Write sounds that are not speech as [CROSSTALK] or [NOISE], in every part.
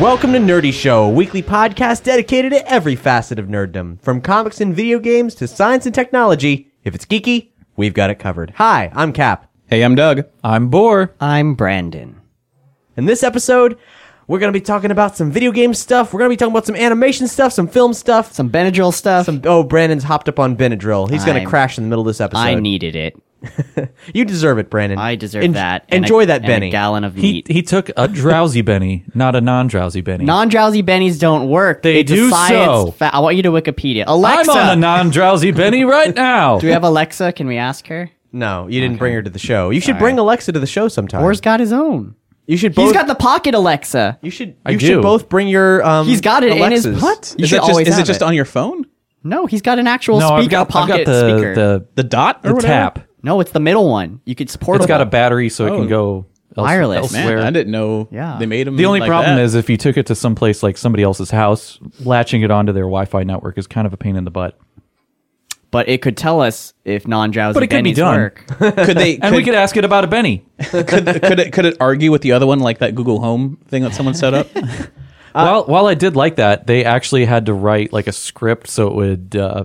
Welcome to Nerdy Show, a weekly podcast dedicated to every facet of nerddom, from comics and video games to science and technology. If it's geeky, we've got it covered. Hi, I'm Cap. Hey, I'm Doug. I'm Boar. I'm Brandon. In this episode, we're going to be talking about some video game stuff. We're going to be talking about some animation stuff, some film stuff. Some Benadryl stuff. Some oh, Brandon's hopped up on Benadryl. He's going to I'm- crash in the middle of this episode. I needed it. you deserve it, Brandon. I deserve En- that. and a- Enjoy that, and Benny. A gallon of He meat. he took a drowsy Benny, not a non-drowsy Benny. Non-drowsy bennies don't work. They It's a do science so. fa- I want you to Wikipedia. Alexa. I'm on a non-drowsy [LAUGHS] Benny right now. Do we have Alexa? Can we ask her? no, you didn't bring her to the show. You should bring Alexa to the show sometime. Or's got his own. you should both. He's got the pocket Alexa. you should. I you do. should both bring your. Um, He's got it in his Alexas. what? You Is should it just- always is have it just on your phone? No, he's got an actual no, speaker, I've got, I've pocket got the, speaker. the the dot or the whatever? tap. no, it's the middle one. You could support It's got a battery, so it Oh. can go else- Wireless. Man, elsewhere. I didn't know. Yeah. they made them. the only problem is if you took it to someplace like somebody else's house, latching it onto their Wi-Fi network is kind of a pain in the butt. but it could tell us if non-drowsy But it could be bennies done. [LAUGHS] work. [LAUGHS] could they? And could, we could ask it about a Benny. [LAUGHS] could, could it could it argue with the other one like that Google Home thing that someone set [LAUGHS] Uh, up? while while I did like that, they actually had to write like a script so it would. Uh,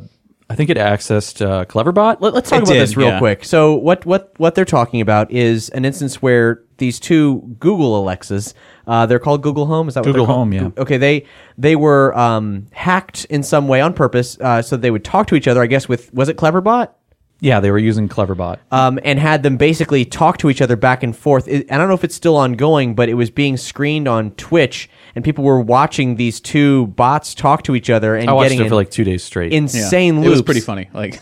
I think it accessed uh, Cleverbot. Let, us talk It about did, this real yeah. quick. So what what what they're talking about is an instance where these two Google Alexas, uh, they're called Google Home. Is that Google what they're Home, Called? yeah. Go- Okay, they they were um, hacked in some way on purpose, uh, so they would talk to each other. I guess with was it Cleverbot? yeah, they were using Cleverbot. Um, and had them basically talk to each other back and forth. It, I don't know if it's still ongoing, but it was being screened on Twitch, and people were watching these two bots talk to each other and I watched getting it for in- like two days straight. Yeah. insane loops. It was pretty funny. Like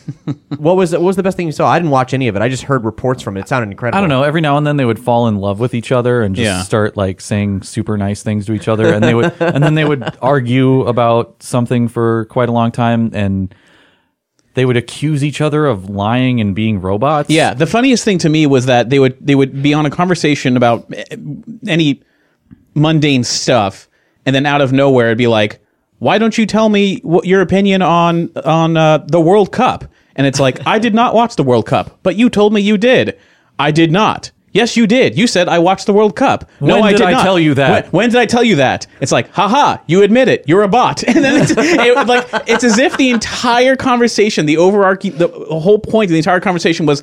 What was what was the best thing you saw? I didn't watch any of it. I just heard reports from it. It sounded incredible. I don't know. Every now and then they would fall in love with each other and just Yeah. start like saying super nice things to each other, and they would, and then [LAUGHS] they would argue about something for quite a long time, and they would accuse each other of lying and being robots. Yeah, the funniest thing to me was that they would they would be on a conversation about eh, any mundane stuff, and then out of nowhere it'd be like, "Why don't you tell me what your opinion on on uh, the World Cup?" And it's like, "I did not watch the World Cup, but you told me you did. I did not." Yes, you did. You said I watched the World Cup. No, When I did did, I not. tell you that? When, when did I tell you that? It's like, haha, you admit it. You're a bot. [LAUGHS] And then it's it, like it's as if the entire conversation, the overarching, the whole point of the entire conversation was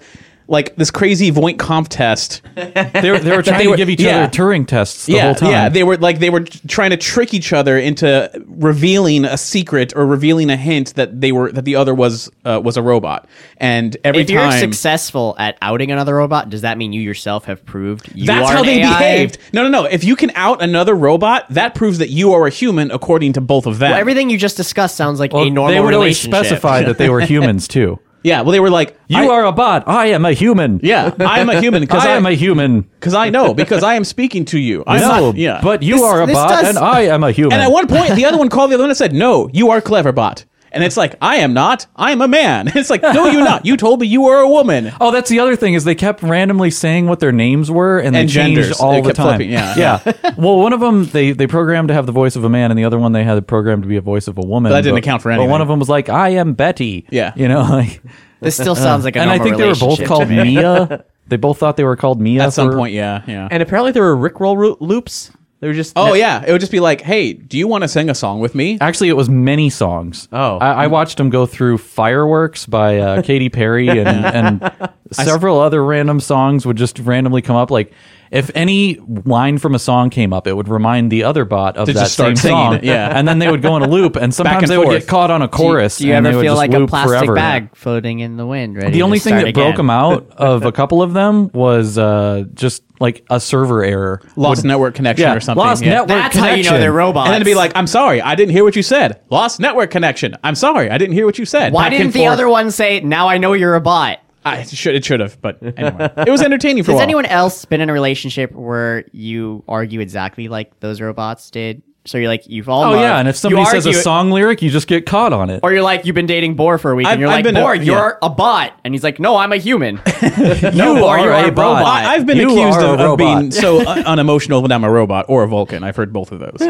like this crazy Voight Kampf test. they [LAUGHS] were, they were trying they to were- give each yeah. other Turing tests the yeah, whole time. yeah. They were like they were t- trying to trick each other into revealing a secret or revealing a hint that they were that the other was uh, was a robot. And every if you're time. successful at outing another robot, does that mean you yourself have proved you that's are how an they AI? behaved. No, no, no. If you can out another robot, that proves that you are a human, according to both of them. Well, everything you just discussed sounds like Well, a normal they would always relationship. specify [LAUGHS] that they were humans too. yeah. Well, they were like, You I- are a bot. I am a human. Yeah, [LAUGHS] I am a human because I [LAUGHS] am a human. because I know because I am speaking to you. I no, know. Yeah, but you This- are a this bot, does- and I am a human. and at one point the other one called the other one and said, "No, you are clever bot." And it's like, I am not. I am a man. [LAUGHS] It's like, no, you're not. You told me you were a woman. Oh, that's the other thing is they kept randomly saying what their names were and, And they changed genders. all They the kept time. flipping, yeah. [LAUGHS] well, one of them they they programmed to have the voice of a man, and the other one they had programmed to be a voice of a woman. That didn't account for But one anything. of them was like, "I am Betty." Yeah. you know, [LAUGHS] like, This still sounds like a and I normal think they were both relationship to called me. [LAUGHS] Mia. They both thought they were called Mia At some for- point, yeah, yeah. And apparently there were Rickroll ro- loops. They were just Oh yeah, it would just be like, "Hey, do you want to sing a song with me?" Actually, it was many songs. Oh. I, I watched them go through "Fireworks" by [LAUGHS] uh, Katy Perry and, and several other random songs would just randomly come up. Like if any line from a song came up, it would remind the other bot of To that just same start singing song. it, yeah. and then they would go in a loop, [LAUGHS] and sometimes and they would forth. get caught on a chorus. Do you and ever they would feel just like a loop plastic forever. bag floating in the wind? Ready The to only thing start that broke again? [LAUGHS] them out of a couple of them was uh, just like a server error. Lost network connection yeah, or something. lost yeah. network That's how you know connection. they're robots. And then it'd be like, "I'm sorry, I didn't hear what you said." Lost network connection. I'm sorry, I didn't hear what you said. why Back and didn't the forth. other one say, "Now I know you're a bot"? I it should it should have, but anyway, it was entertaining for a Has while. anyone else been in a relationship where you argue exactly like those robots did? So you're like, you've all. Oh loved, yeah, and if you somebody says a argue- song lyric, you just get caught on it. Or you're like, you've been dating Boar for a week, I've- and you're I've like, been to- Boar, yeah. you're a bot. And he's like, no, I'm a [LAUGHS] human. no, You Boar, are you a are a bot. robot. I, I've been You accused are a of, of robot. being so un- unemotional when I'm a robot or a Vulcan. I've heard both of those.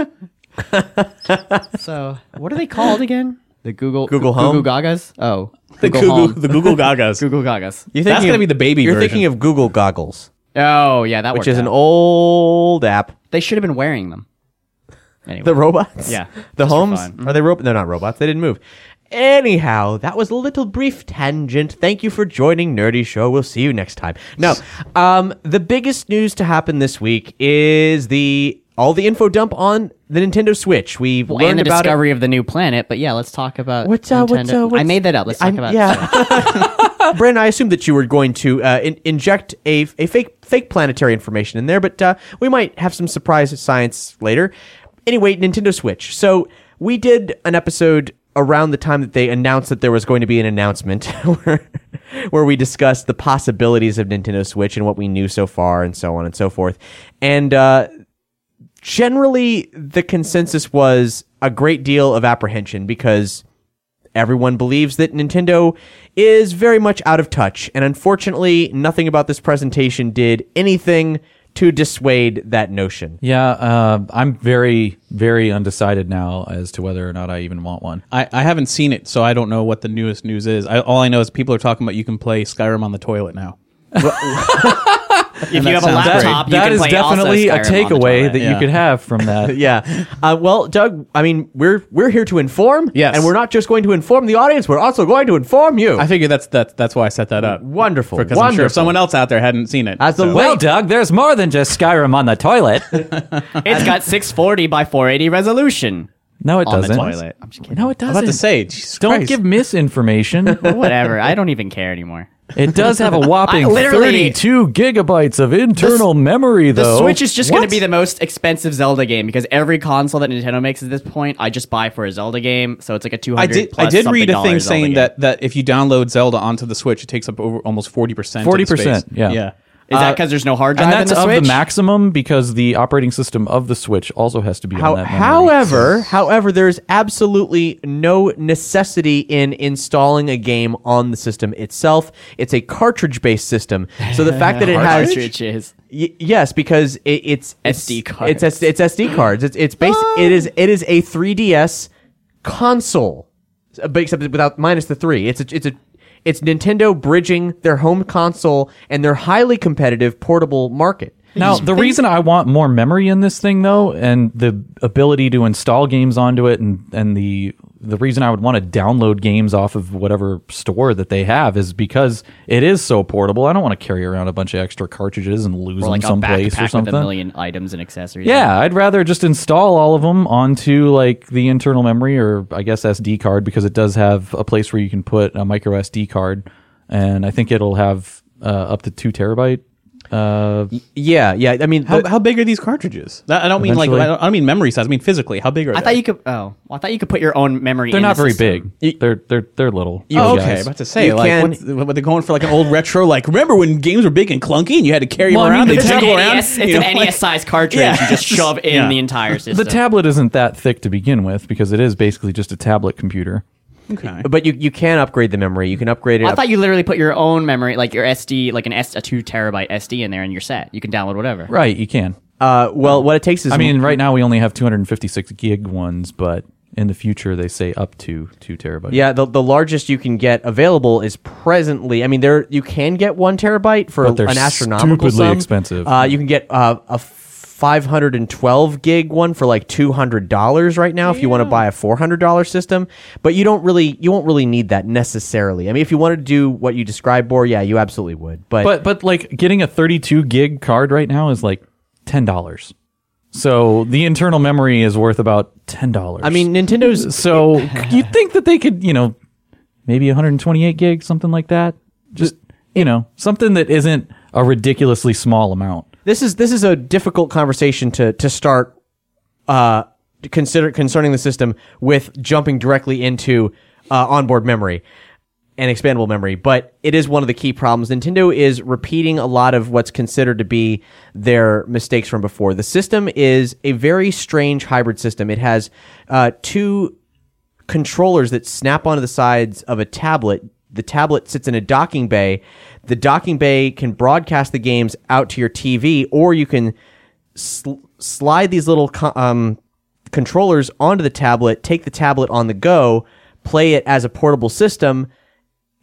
So, what are they called again? The Google Google Home? Google Gagas? Oh. The Google, Home. the [LAUGHS] Google Gagas. Google Gagas. You're That's thinking gonna of- be the baby You're version. thinking of Google Goggles, Oh, yeah, that which worked is an out. old app. [LAUGHS] They should have been wearing them. Anyway. The robots? Yeah, The homes? fun. Are they robots? They're not robots. They didn't move. Anyhow, that was a little brief tangent. Thank you for joining Nerdy Show. We'll see you next time. [LAUGHS] No, um, the biggest news to happen this week is the all the info dump on the Nintendo Switch. We've Well, and learned the about it. discovery of the new planet, but yeah, let's talk about What's uh, what's, Nintendo- uh, what's I made that up. Let's talk I'm- about yeah. [LAUGHS] Brandon, I assumed that you were going to uh, in- inject a, a fake fake planetary information in there, but uh, we might have some surprise science later. Anyway, Nintendo Switch. So we did an episode around the time that they announced that there was going to be an announcement [LAUGHS] where, where we discussed the possibilities of Nintendo Switch and what we knew so far and so on and so forth. And uh, generally the consensus was a great deal of apprehension because everyone believes that Nintendo is very much out of touch and unfortunately nothing about this presentation did anything to dissuade that notion. Yeah, uh, I'm very, very undecided now as to whether or not I even want one. I, I haven't seen it, so I don't know what the newest news is. I, all I know is people are talking about you can play Skyrim on the toilet now. If you have a sounds great. laptop, you that can is play definitely a also Skyrim on the takeaway toilet. that you Yeah. could [LAUGHS] have from that. Yeah. Uh, well, Doug, I mean, we're we're here to inform, Yes. and we're not just going to inform the audience; we're also going to inform you. I figure that's that's that's why I set that up. Wonderful, Because I'm sure wonderful. if someone else out there hadn't seen it. As the Well, Doug, there's more than just Skyrim on [LAUGHS] the toilet. It's [LAUGHS] got 640 by 480 resolution. No, it On the doesn't. toilet. I'm just kidding. No, it doesn't. I'm about to say, Jesus Don't Christ. give misinformation. [LAUGHS] Whatever. I don't even care anymore. it does [LAUGHS] have a whopping I literally- 32 gigabytes of internal memory, The though. Switch is just going to What? be the most expensive Zelda game because every console that Nintendo makes at this point, I just buy for a Zelda game. So it's like a two I hundred. did. I plus did something read a thing dollar Zelda saying game. that, that if you download Zelda onto the Switch, it takes up over almost forty percent. 40%, yeah. yeah. Is that because there's no hard drive and that's in the of Switch? the maximum because the operating system of the Switch also has to be How, on that. memory. however, however, there's absolutely no necessity in installing a game on the system itself. It's a cartridge-based system, so the fact that it has cartridges. Y- yes, because it, it's it's- SD cards. It's S- it's SD cards. It's [GASPS] it's based. It is it is a 3DS console, S- but except without minus the three. It's a it's a it's Nintendo bridging their home console and their highly competitive portable market. Now, the reason I want more memory in this thing, though, and the ability to install games onto it, and and the the reason I would want to download games off of whatever store that they have is because it is so portable. I don't want to carry around a bunch of extra cartridges and lose Or like them a someplace backpack or with a something. million items and accessories. Yeah, I'd rather just install all of them onto like the internal memory or I guess SD card because it does have a place where you can put a micro SD card, and I think it'll have uh, up to two terabyte. Uh, Yeah, yeah. I mean, How, the- how big are these cartridges? That- I don't mean like Eventually. I don't, I don't mean memory size. I mean physically. How big are I they? thought you could. Oh, well, I thought you could put your own memory. They're in not the very system. big. They're they're they're little. Oh, little okay. guys. About to say, You like, can- what- what, they're going for like an old retro. Like, remember when games were big and clunky and you had to carry Well, I them around? mean, the they It's an jingle around. NES, it's you an know, like- NES size cartridge. Yeah. You just [LAUGHS] shove in Yeah. the entire system. the tablet isn't that thick to begin with because it is basically just a tablet computer. Okay. but you you can upgrade the memory. You can upgrade it. I up- thought you literally put your own memory, like your SD, like an S, a two terabyte SD in there, and you're set. You can download whatever. Right, you can. uh, well, what it takes is I mean, right now we only have 256 gig ones, but in the future they say up to two terabytes. Yeah, the, the largest you can get available is presently. I mean, there you can get one terabyte for But they're an astronomical stupidly sum. expensive. Uh, you can get uh, a f- 512 gig one for like $200 right now if you want to buy a $400 system but you don't really you won't really need that necessarily i mean if you wanted to do what you described bor yeah you absolutely would but, But but like getting a 32 gig card right now is like ten dollars. So the internal memory is worth about ten dollars. i mean nintendo's so you'd think that they could, you know, maybe 128 gig, something like that. Just you know, something that isn't a ridiculously small amount. this is this is a difficult conversation to to start uh to consider concerning the system with jumping directly into uh, onboard memory and expandable memory but it is one of the key problems nintendo is repeating a lot of what's considered to be their mistakes from before the system is a very strange hybrid system it has uh, two controllers that snap onto the sides of a tablet. The tablet sits in a docking bay. The docking bay can broadcast the games out to your TV, or you can sl- slide these little co- um, controllers onto the tablet, take the tablet on the go, play it as a portable system.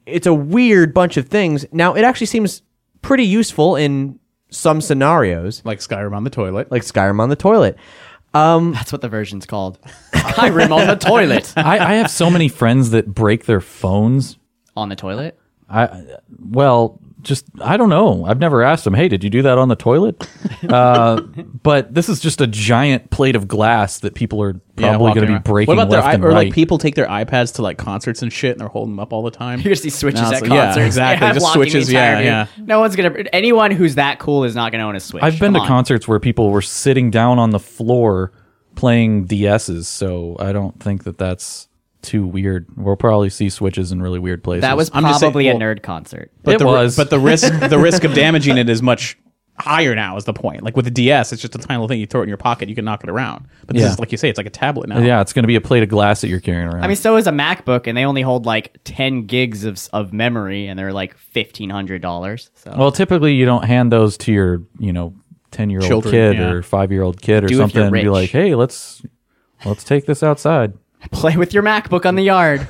It's a weird bunch of things. Now, it actually seems pretty useful in some scenarios, like Skyrim on the toilet. like Skyrim on the toilet. [LAUGHS] That's what the version's [LAUGHS] called. Skyrim on the toilet. I, I have so many friends that break their phones. [LAUGHS] On the toilet? I well, just I don't know. I've never asked them. Hey, did you do that on the toilet? uh, [LAUGHS] but this is just a giant plate of glass that people are probably walking going to be around. breaking What about left their, i- and or right. like people take their iPads to like concerts and shit, and they're holding them up all the time. Here's these switches No, at so- yeah, concerts. exactly. I'm Just blocking the switches, yeah, entirety. yeah. No one's gonna. Anyone who's that cool is not gonna own a Switch. I've Come been to on. concerts where people were sitting down on the floor playing DSs, so I don't think that that's too weird. We'll probably see switches in really weird places. That was I'm just saying- probably well- a nerd concert. but It the, ri- was. but the [LAUGHS] risk the risk of damaging it is much higher now. Is the point? Like with the DS, it's just a tiny little thing you throw it in your pocket, you can knock it around. But this Yeah. is like you say, it's like a tablet now. yeah, it's going to be a plate of glass that you're carrying around. I mean, so is a MacBook, and they only hold like 10 gigs of, of memory, and they're like $1,500. So [LAUGHS] well, typically you don't hand those to your you know ten year old Children, kid yeah. or five year old kid or Do if something you're and be rich. like, hey, let's let's take this outside. play with your MacBook on the [LAUGHS] yard.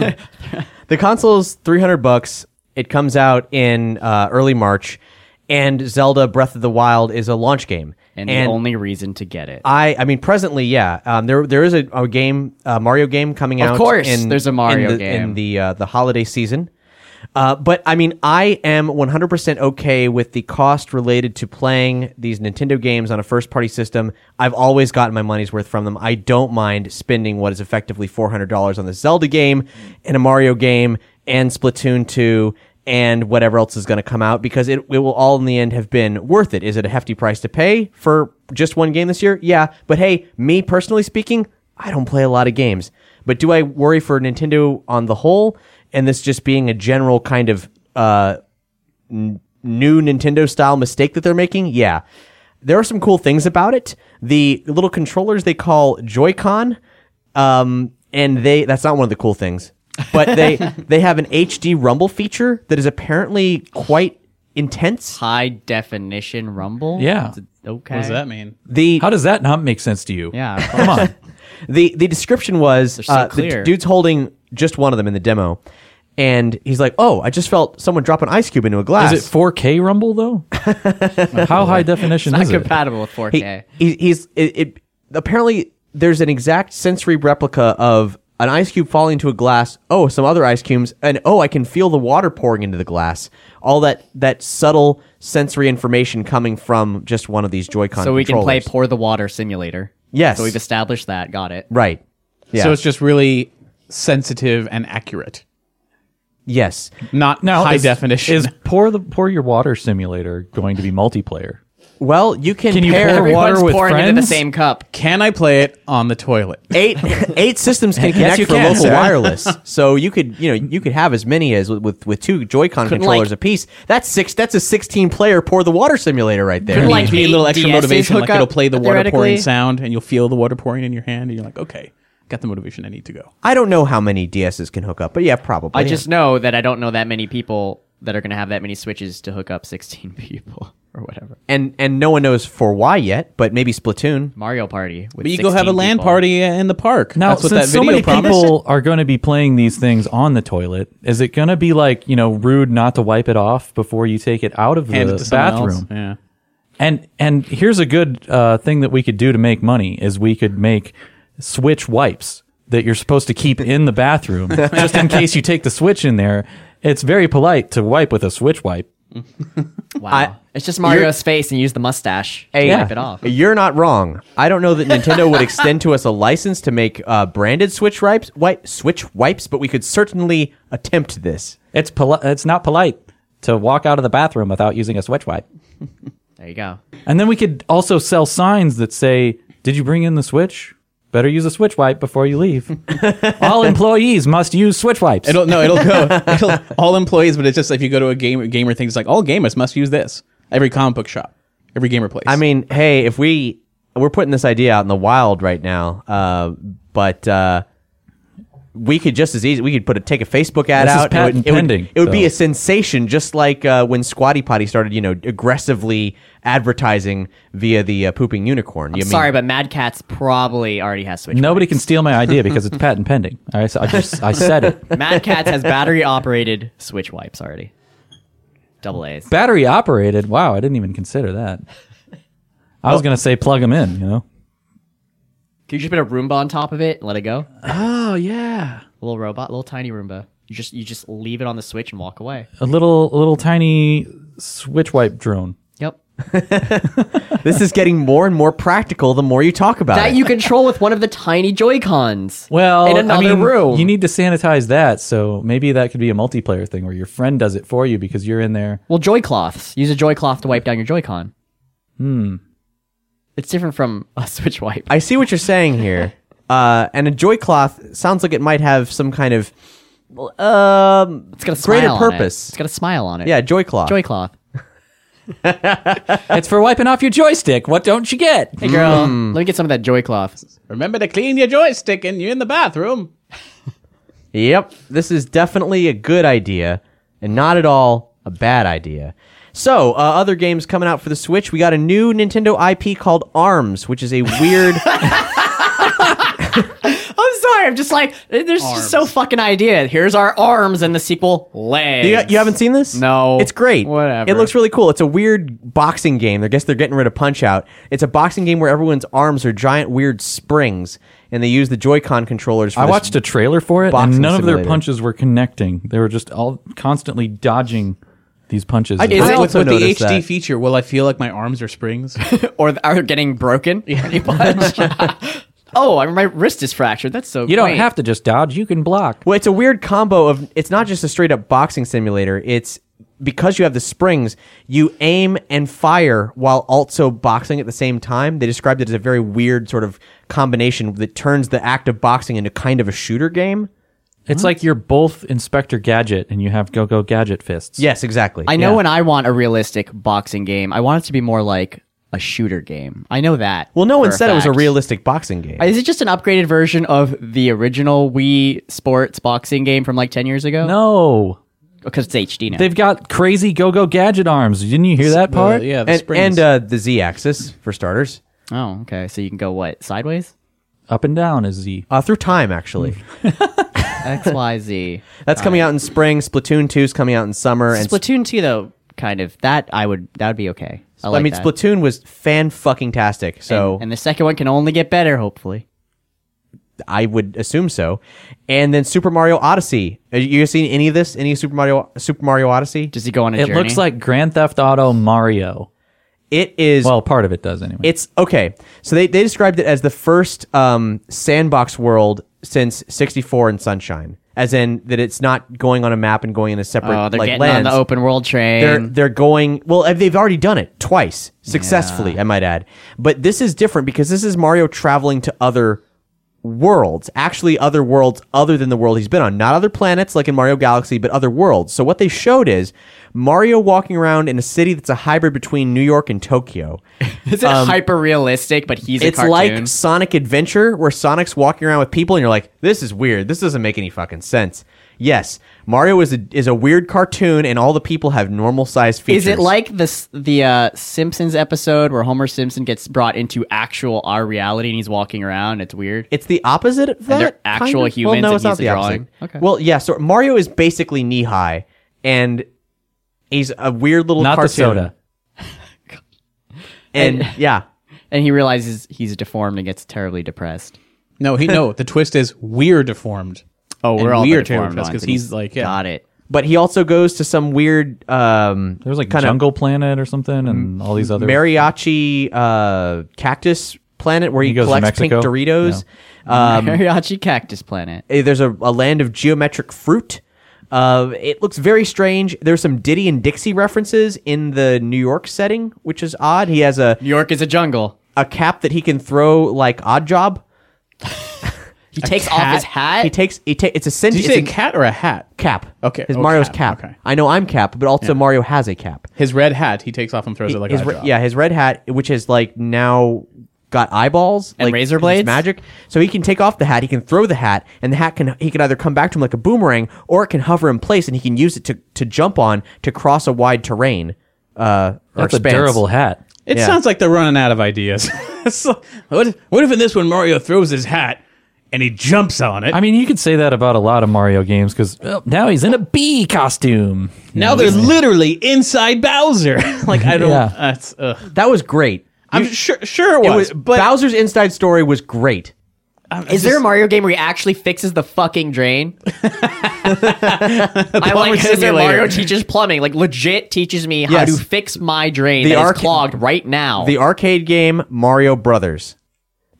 The console's 300 bucks. It comes out in uh, early March, and Zelda Breath of the Wild is a launch game. and, the only reason to get it. I, I mean, presently, yeah, um, there there is a, a game, a Mario game coming out. course, in, there's a Mario in the, game. in the uh, the holiday season. Uh, but I mean, I am 100% okay with the cost related to playing these Nintendo games on a first party system. I've always gotten my money's worth from them. I don't mind spending what is effectively $400 on the Zelda game and a Mario game and Splatoon 2 and whatever else is going to come out because it, it will all in the end have been worth it. Is it a hefty price to pay for just one game this year? Yeah. But hey, me personally speaking, I don't play a lot of games. But do I worry for Nintendo on the whole and this just being a general kind of uh, n- new Nintendo style mistake that they're making? Yeah. There are some cool things about it. The little controllers they call Joy-Con, um, and they that's not one of the cool things. But they they have an HD rumble feature that is apparently quite intense. High definition rumble? Yeah. It's- Okay. What does that mean? The How does that not make sense to you? [LAUGHS] Yeah. of Come course. [LAUGHS] on. the the description was so uh, the clear. dude's holding just one of them in the demo, and he's like, "Oh, I just felt someone drop an ice cube into a glass." Is it 4K [LAUGHS] Rumble though? How high definition Not is it? compatible with 4K. He- he, he's it, it. Apparently, there's an exact sensory replica of an ice cube falling into a glass. Oh, some other ice cubes, and oh, I can feel the water pouring into the glass. All that that subtle sensory information coming from just one of these Joy-Con. so we can play controllers. Pour the Water Simulator. Yes. So we've established that. Got it. right. Yeah. So it's just really sensitive and accurate, yes. not Now, high is- definition. Is pour the pour your water simulator going to be multiplayer? Well, you can, Can you pair pour [LAUGHS] Everyone's water with pouring into the friends? Oh, same cup. Can I play it on the toilet? eight [LAUGHS] eight systems can Yes, connect you for can, local sir. wireless. So you could you know you could have as many as with- with with two Joy-Con like- controllers apiece. That's six. That's a sixteen player pour the water simulator right there. Could, like, be a eight little extra DSs motivation. hook Like it'll up, play the water pouring theoretically. sound, and you'll feel the water pouring in your hand, and you're like, okay, got the motivation I need to go. I don't know how many DSs can hook up, but yeah, probably. I just know that I don't know that many people that are going to have that many switches to hook up 16 [LAUGHS] people or whatever. and and no one knows for why yet, but maybe Splatoon. Mario Party. With But you go have a 16 land people. party in the park. Now, That's what since that video so many promised. people are going to be playing these things on the toilet, is it going to be like you know rude not to wipe it off before you take it out of Hand it the to someone else. bathroom? Yeah. And and here's a good uh, thing that we could do to make money is we could make switch wipes that you're supposed to keep in the [LAUGHS] bathroom just in case you take the switch in there. It's very polite to wipe with a switch wipe. Wow. I- it's just Mario's face and use the mustache to Yeah. wipe it off. You're not wrong. I don't know that Nintendo would extend to us a license to make uh, branded Switch wipes, wipe, Switch wipes, but we could certainly attempt this. It's poli- it's not polite to walk out of the bathroom without using a switch wipe. There you go. And then we could also sell signs that say, "Did you bring in the switch? Better use a switch wipe before you [LAUGHS] leave. All employees must use switch wipes." It'll no, it'll go it'll, all employees, but it's just if you go to a game gamer thing, it's like all gamers must use this. Every comic book shop, every gamer place. I mean, hey, if we we're putting this idea out in the wild right now, uh, but uh, we could just as easy we could put a take a Facebook ad This is out. it patent would, it would- pending, it would be so. a sensation, just like uh, when Squatty Potty started, you know, aggressively advertising via the uh, pooping unicorn. You mean- Sorry, but Mad Cat's probably already has switch. Nobody can steal my idea because it's patent pending. All right, so I just I said it. wipes. Mad Cat's has battery operated switch wipes already. Double A's. Battery operated. Wow, I didn't even consider that. I was gonna say plug them in. You know. Can you just put a Roomba on top of it and let it go? Oh yeah. little robot, little tiny Roomba. You just you just leave it on the switch and walk away. A little a little tiny switch wipe drone. Yep. this is getting more and more practical the more you talk about That it. you control with one of the tiny Joy Cons. Well, in another I mean, room. you need to sanitize that. So maybe that could be a multiplayer thing where your friend does it for you because you're [LAUGHS] in there. well, Joy cloths. Use a Joy cloth to wipe down your Joy Con. Hmm. It's different from a [LAUGHS] Switch wipe. I see what you're saying [LAUGHS] here. Uh, and a joy cloth sounds like it might have some kind of um, it's got a smile greater on it. purpose. It's got a smile on it. yeah, joy cloth. Joy cloth. it's for wiping off your joystick. What don't you get? Hey girl, let me get some of that Joy cloth. remember to clean your joystick, and you're in the bathroom. Yep, this is definitely a good idea and not at all a bad idea. So, uh, other games coming out for the Switch, we got a new Nintendo IP called ARMS, which is a weird I'm sorry. I'm just like there's just so fucking idea. Here's our arms and the sequel Oh. legs. You, you haven't seen this? No. It's great. Whatever. It looks really cool. It's a weird boxing game. I guess they're getting rid of Punch Out. It's a boxing game where everyone's arms are giant weird springs, and they use the Joy-Con controllers. For I this- watched a trailer for it, and boxing none of their simulator. punches were connecting. They were just all constantly dodging these punches. I did- Is I it with also the HD noticed that. feature? Will I feel like my arms are springs? or th- are getting broken. pretty much. oh, I- my wrist is fractured. That's so. you don't quaint. have to just dodge; you can block. Well, it's a weird combo of. It's not just a straight up boxing simulator. It's because you have the springs, you aim and fire while also boxing at the same time. They described it as a very weird sort of combination that turns the act of boxing into kind of a shooter game. It's like you're both Inspector Gadget, and you have Go Go Gadget fists. Yes, exactly. I know Yeah. when I want a realistic boxing game, I want it to be more like a shooter game. I know that. Well, no one for said it was a fact. realistic boxing game. Is it just an upgraded version of the original Wii Sports boxing game from like 10 years ago? No, Because it's HD now. they've got crazy Go Go Gadget arms. Didn't you hear that part? Uh, yeah, the and, springs. and, uh, the z-axis for starters oh, okay. So you can go what? Sideways? Up and down is Z. uh, through time [LAUGHS] actually X, Y, Z. that's coming out in spring splatoon 2 is coming out in summer and Splatoon 2, though, kind of. That I would, that would be okay. I, like i mean that. splatoon was fan fucking tastic so And the second one can only get better, hopefully. i would assume so and then super mario odyssey Uh, you guys seen any of this any super mario super mario odyssey Does he go on a It journey? looks like Grand Theft Auto Mario. it is Well, part of it does anyway. It's okay. So they, they described it as the first um, sandbox world since 64 and Sunshine, as in that it's not going on a map and going in a separate Oh, they're like getting lands. on the open world train. They're they're going well. and They've already done it twice successfully, I might add. But this is different because this is Mario traveling to other worlds, actually other worlds other than the world he's been on, not other planets like in Mario Galaxy, but other worlds. So what they showed is Mario walking around in a city that's a hybrid between New York and Tokyo. [LAUGHS] Is it hyper realistic? But he's It's a cartoon. like Sonic Adventure, where Sonic's walking around with people, and you're like, "This is weird. This doesn't make any fucking sense." Yes, Mario is a, is a weird cartoon, and all the people have normal sized features. Is it like the s- the uh, Simpsons episode where Homer Simpson gets brought into actual our reality and he's walking around? It's weird. It's the opposite of that. they're kind actual of? humans Well, no, and it's not he's a the drawing? opposite. Okay. Well, yeah. So Mario is basically knee high, and he's a weird little Not the cartoon. soda. and yeah, and he realizes he's deformed and gets terribly depressed. No, he no. The twist is we're deformed. Oh, And we're all we the are terrible deformed depressed 'cause ones, and he's like, yeah. got it. but he also goes to some weird um, There's like kind of Jungle Planet or something, and all these other. mariachi uh, cactus planet where he, goes to collects pink Mexico? Doritos. Um, [LAUGHS] Mariachi Cactus Planet. eh, there's a, a land of geometric fruit. Uh, it looks very strange. There's some Diddy and Dixie references in the New York setting, which is odd. He has a New York is a jungle. a cap that he can throw like odd job. He takes off his hat. He takes he ta- it's a cinch. Did you it's say a a cat or a hat? cap. Okay, His oh, Mario's cap. cap, Okay. okay. I know I'm cap, but also Mario has a cap. His red hat he takes off and throws it like his a re- drop. yeah, his red hat, which is like now got eyeballs And like, razor it's blades? magic. So he can take off the hat, he can throw the hat, and the hat can he can either come back to him like a boomerang, or it can hover in place, and he can use it to to jump on to cross a wide terrain. Uh, or That's a expanse. durable hat. It Yeah. sounds like they're running out of ideas. [LAUGHS] It's like, what, what if in this one Mario throws his hat and he jumps on it? I mean, you could say that about a lot of Mario games because now he's in a bee costume. now they're literally inside Bowser. [LAUGHS] like I don't. Yeah. That's. ugh. That was great. I'm sure. Sure it It was. was but Bowser's inside story was great. Is there a Mario game where he actually fixes the fucking drain? [LAUGHS] I like Sister Simulator. Mario teaches plumbing. Like legit teaches me how Yes. to fix my drain The that is arc- clogged right now. The arcade game Mario Brothers.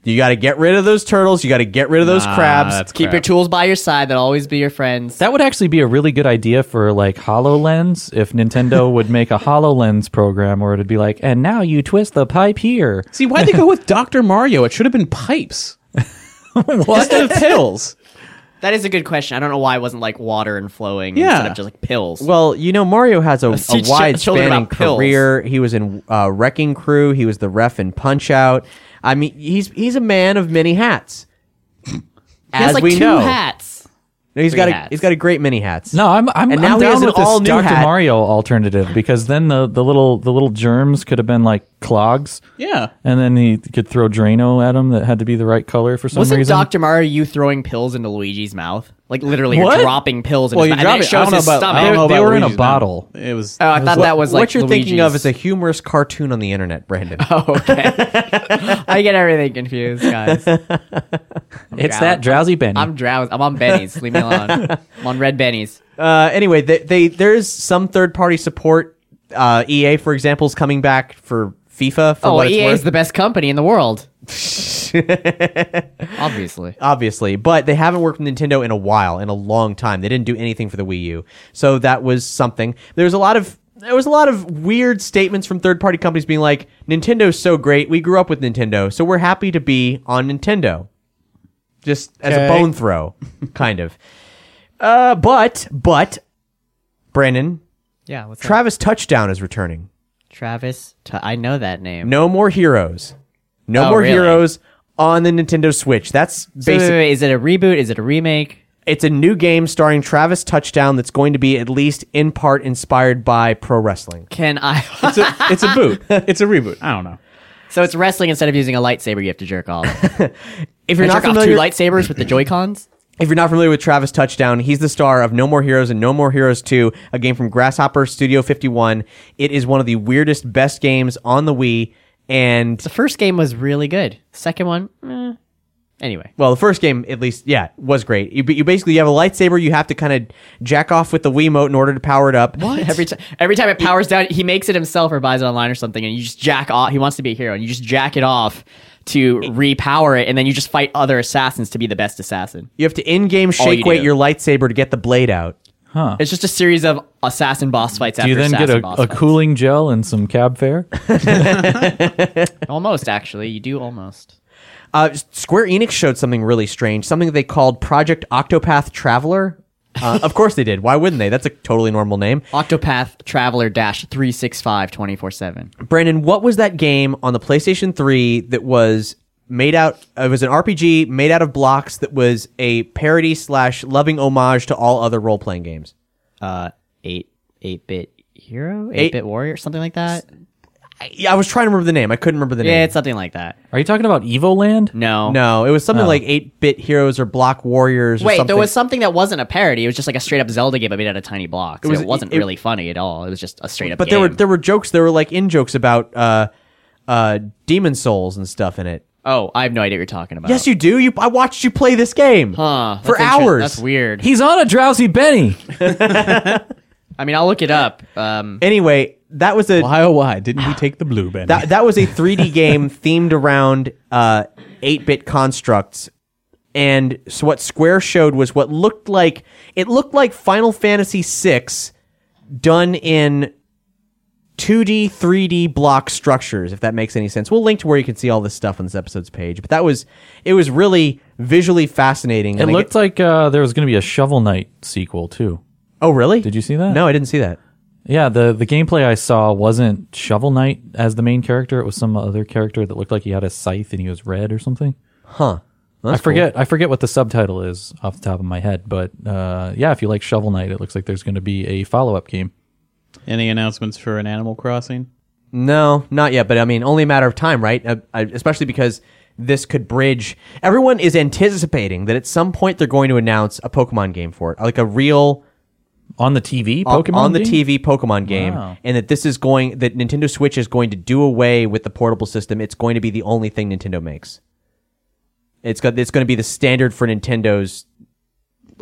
You got to get rid of those turtles. You got to get rid of those Ah, crabs. that's Keep your tools by your side. They'll always be your friends. That would actually be a really good idea for like HoloLens if Nintendo would make a HoloLens program where it'd be like, and now you twist the pipe here. see why they go [LAUGHS] with Doctor Mario. It should have been pipes instead of pills. that is a good question. I don't know why it wasn't like water and flowing Yeah. instead of just like pills. Well, you know, Mario [LAUGHS] has a, a teach wide children spanning about pills. career. He was in uh, Wrecking Crew. He was the ref in Punch Out. I mean, he's he's a man of many hats. he has as like we two know. hats. No, he's Three got a, hats. he's got a great many hats. No, I'm I'm, And I'm now he has down an with this all-new Dr. hat. Mario alternative because then the, the little the little germs could have been like clogs. Yeah. And then he could throw Drano at him that had to be the right color for some Wasn't reason. Doctor Mario you throwing pills into Luigi's mouth? Like literally, What? you're dropping pills. In Well, his mouth. you drop and it. it shows I don't know his about. I stomach. don't know They about were in a Luigi's bottle. mouth. It was. Oh, I thought that was like what you're thinking of Luigi's- is a humorous cartoon on the internet, Brandon. [LAUGHS] [LAUGHS] Oh, I get everything confused, guys. [LAUGHS] It's that drowsy Benny. I'm drowsy. I'm on Benny's. Leave me alone. I'm on Red Benny's. Uh, anyway, they, they there's some third party support. Uh, EA, for example, is coming back for FIFA. For Oh, what it's EA worth. is the best company in the [LAUGHS] world. Obviously. obviously, but they haven't worked with Nintendo in a while, in a long time. They didn't do anything for the Wii U, so that was something. There was a lot of there was a lot of weird statements from third party companies being like, "Nintendo's so great. We grew up with Nintendo, so we're happy to be on Nintendo." Just as a Okay. bone throw, [LAUGHS] kind of. Uh, but but Brandon Yeah. What's up? Travis Touchdown is returning. Travis. T- I know that name. No more heroes. No Oh, more really? heroes on the Nintendo Switch. That's So wait, basically wait, wait, is it a reboot? Is it a remake? It's a new game starring Travis Touchdown that's going to be at least in part inspired by pro wrestling. Can I? It's a, it's a boot. It's a reboot. I don't [LAUGHS] know. [LAUGHS] so it's wrestling instead of using a lightsaber. You have to jerk off. [LAUGHS] If you're I not jerk off familiar, two lightsabers with the Joy Cons. if you're not familiar with Travis Touchdown, he's the star of No More Heroes and No More Heroes 2, a game from Grasshopper Studio 51. It is one of the weirdest best games on the Wii and The first game was really good. Second one. eh. Anyway. well, the first game, at least, yeah, was great. You, you basically you have a lightsaber. You have to kind of jack off with the Wiimote in order to power it [LAUGHS] up. Every time, every time it powers down, he makes it himself or buys it online or something, and you just jack off. He wants to be a hero, and you just jack it off to repower it, and then you just fight other assassins to be the best assassin. You have to in-game All you shake weight do. your lightsaber to get the blade out. It's just a series of assassin boss fights. Do After you then get assassin a, boss a fights. cooling gel and some cab fare? Almost, actually, you do almost. Uh, Square Enix showed something really strange, something they called Project Octopath Traveler. [LAUGHS] Uh, of course they did. Why wouldn't they? That's a totally normal name. Octopath Traveler Dash 365 24 7. Brandon, what was that game on the PlayStation 3 that was made out? It was an RPG made out of blocks that was a parody slash loving homage to all other role playing games. 8 8 Uh, bit hero? 8 bit warrior? Something like that? I, I was trying to remember the name. I couldn't remember the Yeah, name. it's something like that. Are you talking about Evoland? No. no, it was something like Eight Bit Heroes or Block Warriors. Or Oh. Wait, something. there was something that wasn't a parody. It was just like a straight up Zelda game, but made out of tiny blocks. It, was- was, not it- really funny at all. It was just a straight up. but there were game. there were jokes. There were like in jokes about uh, uh, Demon Souls and stuff in it. Oh, I have no idea what you're talking about. Yes, you do. You I watched you play this game Huh, for that's inter- hours. That's weird. He's on a drowsy Benny. I mean, I'll look it up. Um, Anyway, that was a Why oh why didn't he take the blue, Benny? that, that was a 3D [LAUGHS] game themed around uh, 8-bit constructs. And so what Square showed was what looked like it looked like Final Fantasy VI done in 2D, 3D block structures, if that makes any sense. We'll link to where you can see all this stuff on this episode's page. But that was it was really visually fascinating. It And I looked get- like uh, there was going to be a Shovel Knight sequel too. Oh really? Did you see that? No, I didn't see that. Yeah, the the gameplay I saw wasn't Shovel Knight as the main character. It was some other character that looked like he had a scythe and he was red or something. Huh. I forget I forget what the subtitle is off the top of my head, but uh, yeah, if you like Shovel Knight, it looks like there's going to be a follow up game. Any announcements for an Animal Crossing? No, not yet. But I mean, only a matter of time, right? Uh, I, especially because this could bridge. Everyone is anticipating that at some point they're going to announce a Pokemon game for it, like a real on the TV on- Pokemon on the game? TV Pokemon game, Wow. and that this is going that Nintendo Switch is going to do away with the portable system. It's going to be the only thing Nintendo makes. It's got it's going to be the standard for Nintendo's.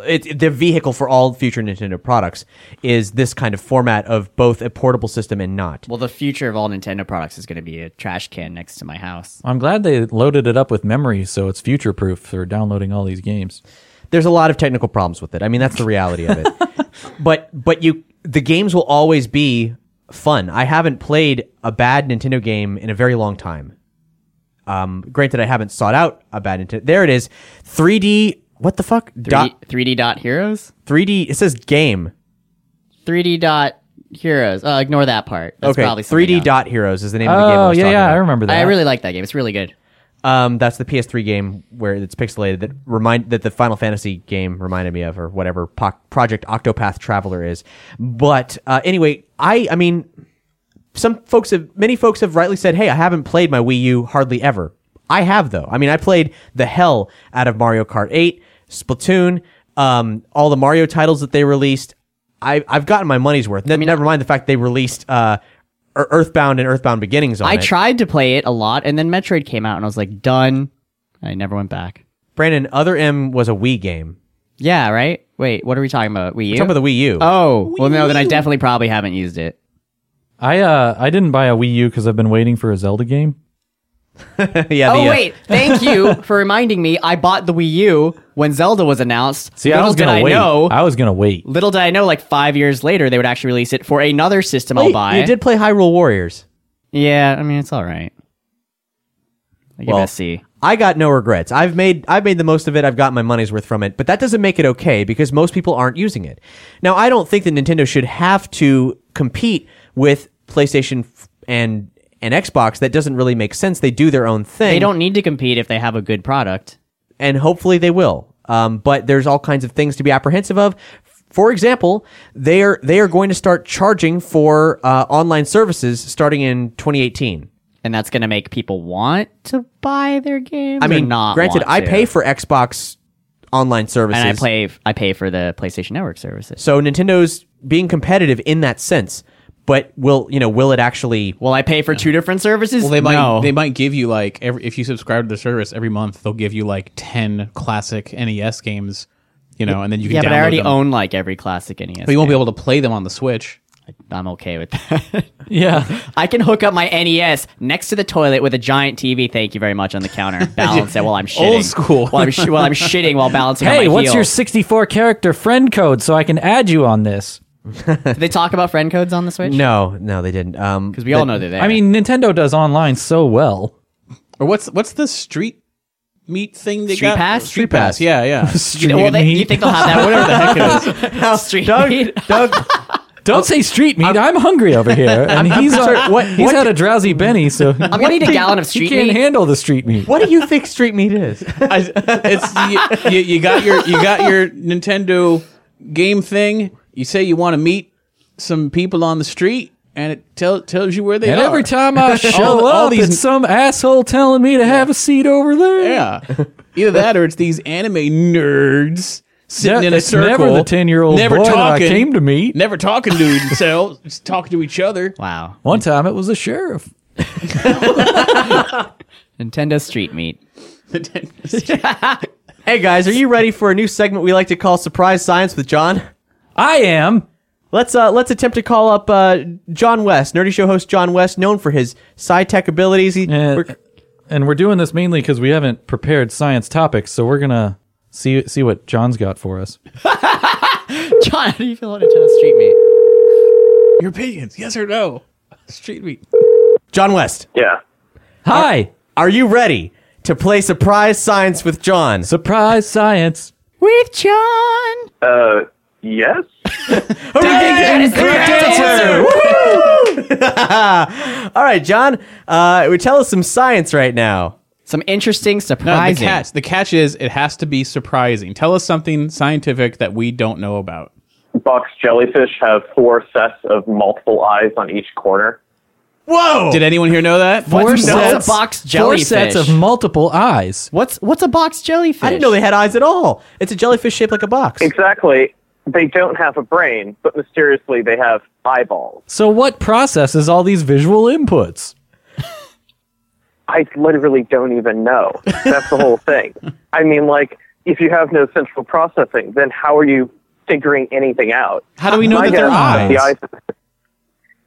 It, the vehicle for all future Nintendo products is this kind of format of both a portable system and not. well, the future of all Nintendo products is going to be a trash can next to my house. I'm glad they loaded it up with memory, so it's future proof for downloading all these games. there's a lot of technical problems with it. I mean, that's the reality [LAUGHS] of it. But but you the games will always be fun. I haven't played a bad Nintendo game in a very long time. Um, granted, I haven't sought out a bad Nintendo. There it is, 3D. What the fuck? 3D. 3D, Dot, 3D dot heroes. 3D. It says game. 3D dot heroes. Uh, ignore that part. That's okay, probably something 3D else. Dot Heroes is the name of the game. I Oh was yeah, talking yeah, I about. remember that. I really like that game. It's really good. Um, that's the PS3 game where it's pixelated that remind that the Final Fantasy game reminded me of, or whatever po- Project Octopath Traveler is. But uh, anyway, I I mean, some folks have many folks have rightly said, "Hey, I haven't played my Wii U hardly ever." I have though. I mean, I played the hell out of Mario Kart 8, Splatoon, um, all the Mario titles that they released. I I've gotten my money's worth. I mean, never mind the fact they released uh, Ear- Earthbound and Earthbound Beginnings on I it. tried to play it a lot, and then Metroid came out, and I was like, done. I never went back. Brandon, Other M was a Wii game. Yeah, right. Wait, what are we talking about? Wii U. Talking about the Wii U. oh, well, no, then I definitely probably haven't used it. I uh, I didn't buy a Wii U because I've been waiting for a Zelda game. [LAUGHS] yeah. Oh the, uh, wait, thank you [LAUGHS] for reminding me. I bought the Wii U when Zelda was announced. See, little I was gonna did wait. I know. I was gonna wait. little did I know, like five years later, they would actually release it for another system. I'll wait, buy. You did play Hyrule Warriors. Yeah, I mean it's all right. I give Well, it a C. I got no regrets. I've made I've made the most of it. I've gotten my money's worth from it, but that doesn't make it okay because most people aren't using it. Now, I don't think that Nintendo should have to compete with PlayStation f- and and Xbox. That doesn't really make sense. They do their own thing. They don't need to compete if they have a good product. and hopefully they will. Um, but there's all kinds of things to be apprehensive of. For example, they are they are going to start charging for uh, online services starting in 2018. and that's going to make people want to buy their games. I or mean, not granted, want I to. pay for Xbox online services, and I play I pay for the PlayStation Network services. So Nintendo's being competitive in that sense, but will you know? Will it actually? Well, I pay for two different services. Well, they might No. they might give you like every if you subscribe to the service every month, they'll give you like ten classic NES games, you know, and then you can yeah, download but I already them. own like every classic NES. But you won't be able to play them on the Switch. I'm okay with that. [LAUGHS] Yeah, I can hook up my NES next to the toilet with a giant TV. Thank you very much on the counter. Balance it while I'm shitting. Old school. while I'm sh- while I'm shitting while balancing. on Hey, my what's heel. your 64 character friend code so I can add you on this? Did [LAUGHS] they talk about friend codes on the Switch? No, no, they didn't. Um, because we all know they're there. I mean, Nintendo does online so well. Or what's what's the street meat thing they Street got? pass? Street pass. [LAUGHS] Yeah, yeah. You- well, they, you think they'll have that? Whatever the heck Street meat. Don't say street meat. I'm, hungry over here, and he's [LAUGHS] on, what- he's what had a drowsy Benny, so [LAUGHS] I'm gonna need a gallon of he street can't meat. handle the street meat. what do you think street meat [LAUGHS] is? I, it's you, you, you got your you got your Nintendo game thing. You say you want to meet some people on the street, and it tell, tells you where they And are. every time [LAUGHS] I show all up, these- it's some asshole telling me to have a seat over there. Yeah. Either that or it's these anime nerds sitting Ne- in a it's circle. never the 10-year-old never boy that I came to [LAUGHS] meet. [LAUGHS] Never talking to themselves, just talking to each other. Wow. One time it was a sheriff. Nintendo Street Meat. Hey guys, are you ready for a new segment we like to call Surprise Science with John? I am. Let's uh, let's attempt to call up uh, John West, nerdy show host John West, known for his sci-tech abilities. He, Uh, we're- and we're doing this mainly because we haven't prepared science topics, so we're gonna see see what John's got for us. [LAUGHS] John, how do you feel about Nintendo Street Meat? Your opinions, yes or no? Street Uh, meat. John West, Yeah. Hi, are you ready to play Surprise Science with John? surprise science. With John. Uh, yes. Correct answer. Woo! All right, John. Uh, we tell us some science right now. Some interesting No, the surprising. catch. The catch is it has to be surprising. Tell us something scientific that we don't know about. Box jellyfish have four sets of multiple eyes on each corner. Whoa! Did anyone here know that? Four What's- sets, nuts? of box Four jellyfish. sets of multiple eyes. what's what's a box jellyfish? I didn't know they had eyes at all. It's a jellyfish shaped like a box. Exactly. They don't have a brain, but mysteriously they have eyeballs. So what processes all these visual inputs? I literally don't even know. That's the whole [LAUGHS] thing. I mean, like, if you have no central processing, then how are you figuring anything out? How do we know My that they're guess eyes? is that The eyes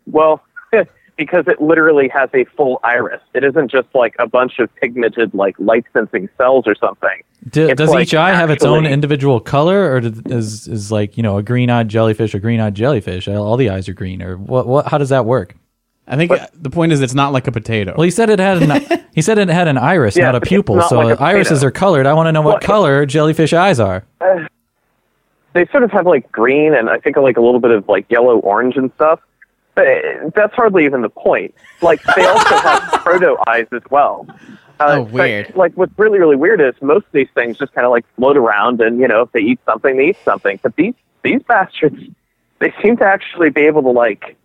well, [LAUGHS] because it literally has a full iris. It isn't just like a bunch of pigmented, like, light sensing cells or something. Do, It's does like each eye have its own actually- individual color, or do- is is like you know a green-eyed jellyfish a green-eyed jellyfish? All the eyes are green, or what? What? How does that work? I think uh, the point is it's not like a potato. Well, he said it had [LAUGHS] an he said it had an iris, Yeah, not a but it's pupil. not so like a potato. irises are colored. I want to know what Well, it- color jellyfish eyes are. They sort of have, like, green and I think, like, a little bit of, like, yellow orange and stuff. But uh, that's hardly even the point. Like, they [LAUGHS] also have proto eyes as well. Uh, Oh, but, weird. like, what's really, really weird is most of these things just kind of like float around, and you know, if they eat something, they eat something. But these these [LAUGHS] bastards, they seem to actually be able to like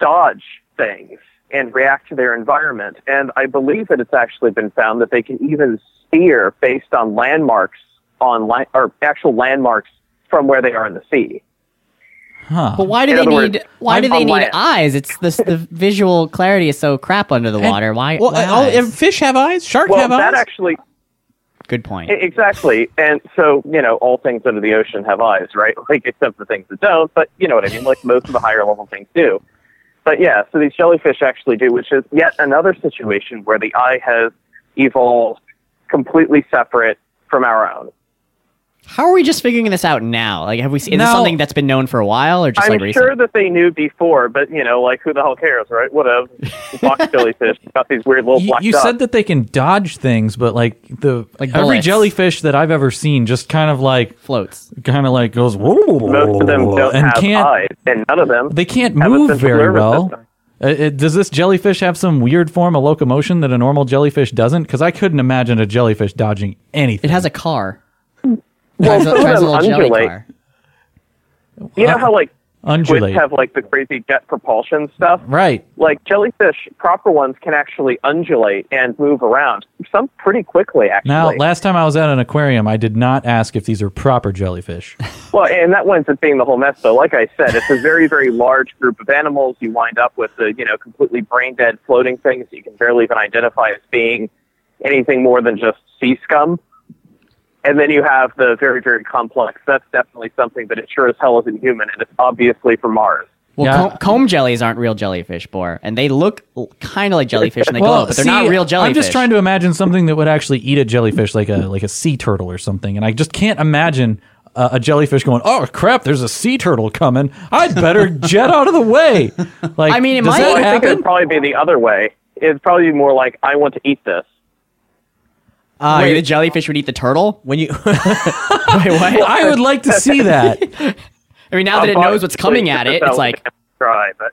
dodge things and react to their environment. And I believe that it's actually been found that they can even steer based on landmarks on land or actual landmarks from where they are in the sea. But why do In they other need words, why I'm do they on need land. eyes? It's this the visual clarity is so crap under the water. Why? Well, why uh, all, eyes? if fish have eyes. Shark Well, have eyes. that actually Good point. E- Exactly. And so, you know, all things under the ocean have eyes, right? [LAUGHS] Like, except for things that don't, but you know what I mean? Like, most of the higher level things do. But yeah, so these jellyfish actually do, which is yet another situation where the eye has evolved completely separate from our own. How are we just figuring this out now? Like, have we seen is this Now- something that's been known for a while, or just I'm like recent? sure that they knew before, but you know, like, who the hell cares, right? Whatever. Box jellyfish got these weird little You, black you dots. said that they can dodge things, but like the Like every bullets. jellyfish that I've ever seen just kind of like floats. kind of like goes most of them don't Oh, and have can't eyes, and none of them. they can't have a move central very nervous well. system. Uh, it- does this jellyfish have some weird form of locomotion that a normal jellyfish doesn't? Because I couldn't imagine a jellyfish dodging anything. It has a car. Well, Drives a- some of drives a them little jelly Oh, undulate. car. You know how, like, undulate, squids have like the crazy jet propulsion stuff. right? Like jellyfish, proper ones can actually undulate and move around. Some pretty quickly, actually. Now, last time I was at an aquarium, I did not ask if these are proper jellyfish. well, and that winds up being the whole mess, though. Like I said, it's a very, very large group of animals. You wind up with the, you know, completely brain dead floating things that you can barely even identify as being anything more than just sea scum. And then you have the very, very complex. That's definitely something, but it sure as hell isn't human, and it's obviously from Mars. Well, Yeah. comb, comb jellies aren't real jellyfish, Bor, and they look kind of like jellyfish and they glow, but they're see, not real jellyfish. I'm just trying to imagine something that would actually eat a jellyfish, like a like a sea turtle or something, and I just can't imagine uh, a jellyfish going, "Oh crap, there's a sea turtle coming! [LAUGHS] I'd better jet out of the way." Like, I mean, it does might- that Well, I think it happen? would probably be the other way. It'd probably be more like, I want to eat this. Wait, Uh, the jellyfish would eat the turtle? [LAUGHS] [LAUGHS] When you Wait, what? I would like to see that. [LAUGHS] I mean, now that it knows what's [LAUGHS] coming at it, it's like, try, but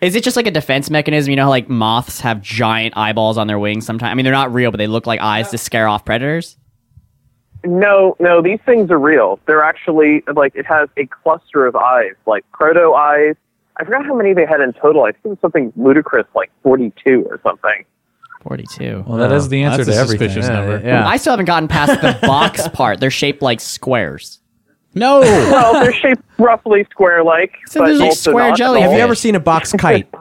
is it just like a defense mechanism? You know how like moths have giant eyeballs on their wings sometimes? I mean, they're not real, but they look like eyes to scare off predators. no, no, these things are real. They're actually like it has a cluster of eyes, like proto eyes. I forgot how many they had in total. I think it was something ludicrous, like forty-two or [LAUGHS] something. 42. Well, that is the answer That's a to everything. suspicious number. I still haven't gotten past the box [LAUGHS] part. They're shaped like squares. No. Well, they're shaped roughly square-like, So but there's like also square not at jelly. all. have you [LAUGHS] Fish. ever seen a box kite?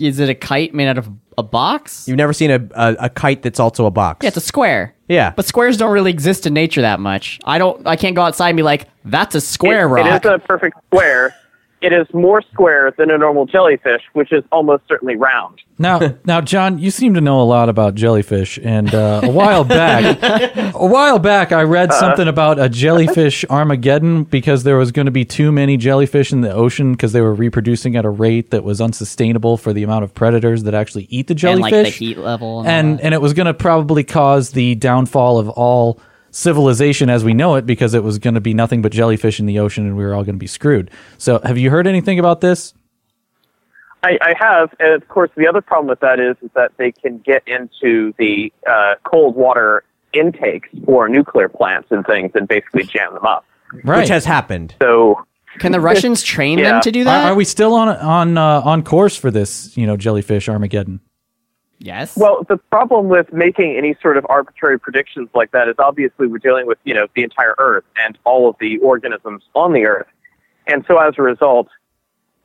Is it a kite made out of a box? You've never seen a, a, a kite that's also a box. Yeah, it's a square. Yeah. But squares don't really exist in nature that much. I don't I can't go outside and be like, that's a square It- rock. It isn't a perfect square. It is more square than a normal jellyfish, which is almost certainly round. [LAUGHS] Now, now, John, you seem to know a lot about jellyfish, and uh, a while back, a while back, I read something about a jellyfish Armageddon because there was going to be too many jellyfish in the ocean because they were reproducing at a rate that was unsustainable for the amount of predators that actually eat the and jellyfish, like the heat level and, all and, that. and it was going to probably cause the downfall of all civilization as we know it because it was going to be nothing but jellyfish in the ocean, and we were all going to be screwed. So, have you heard anything about this? I, I have, and of course, the other problem with that is, is that they can get into the uh, cold water intakes for nuclear plants and things, and basically jam them up. Right. Which has happened. So [LAUGHS] Can the Russians train Yeah. them to do that? Are, are we still on on uh, on course for this? You know, jellyfish Armageddon. yes. Well, the problem with making any sort of arbitrary predictions like that is obviously we're dealing with, you know, the entire Earth and all of the organisms on the Earth. And so as a result,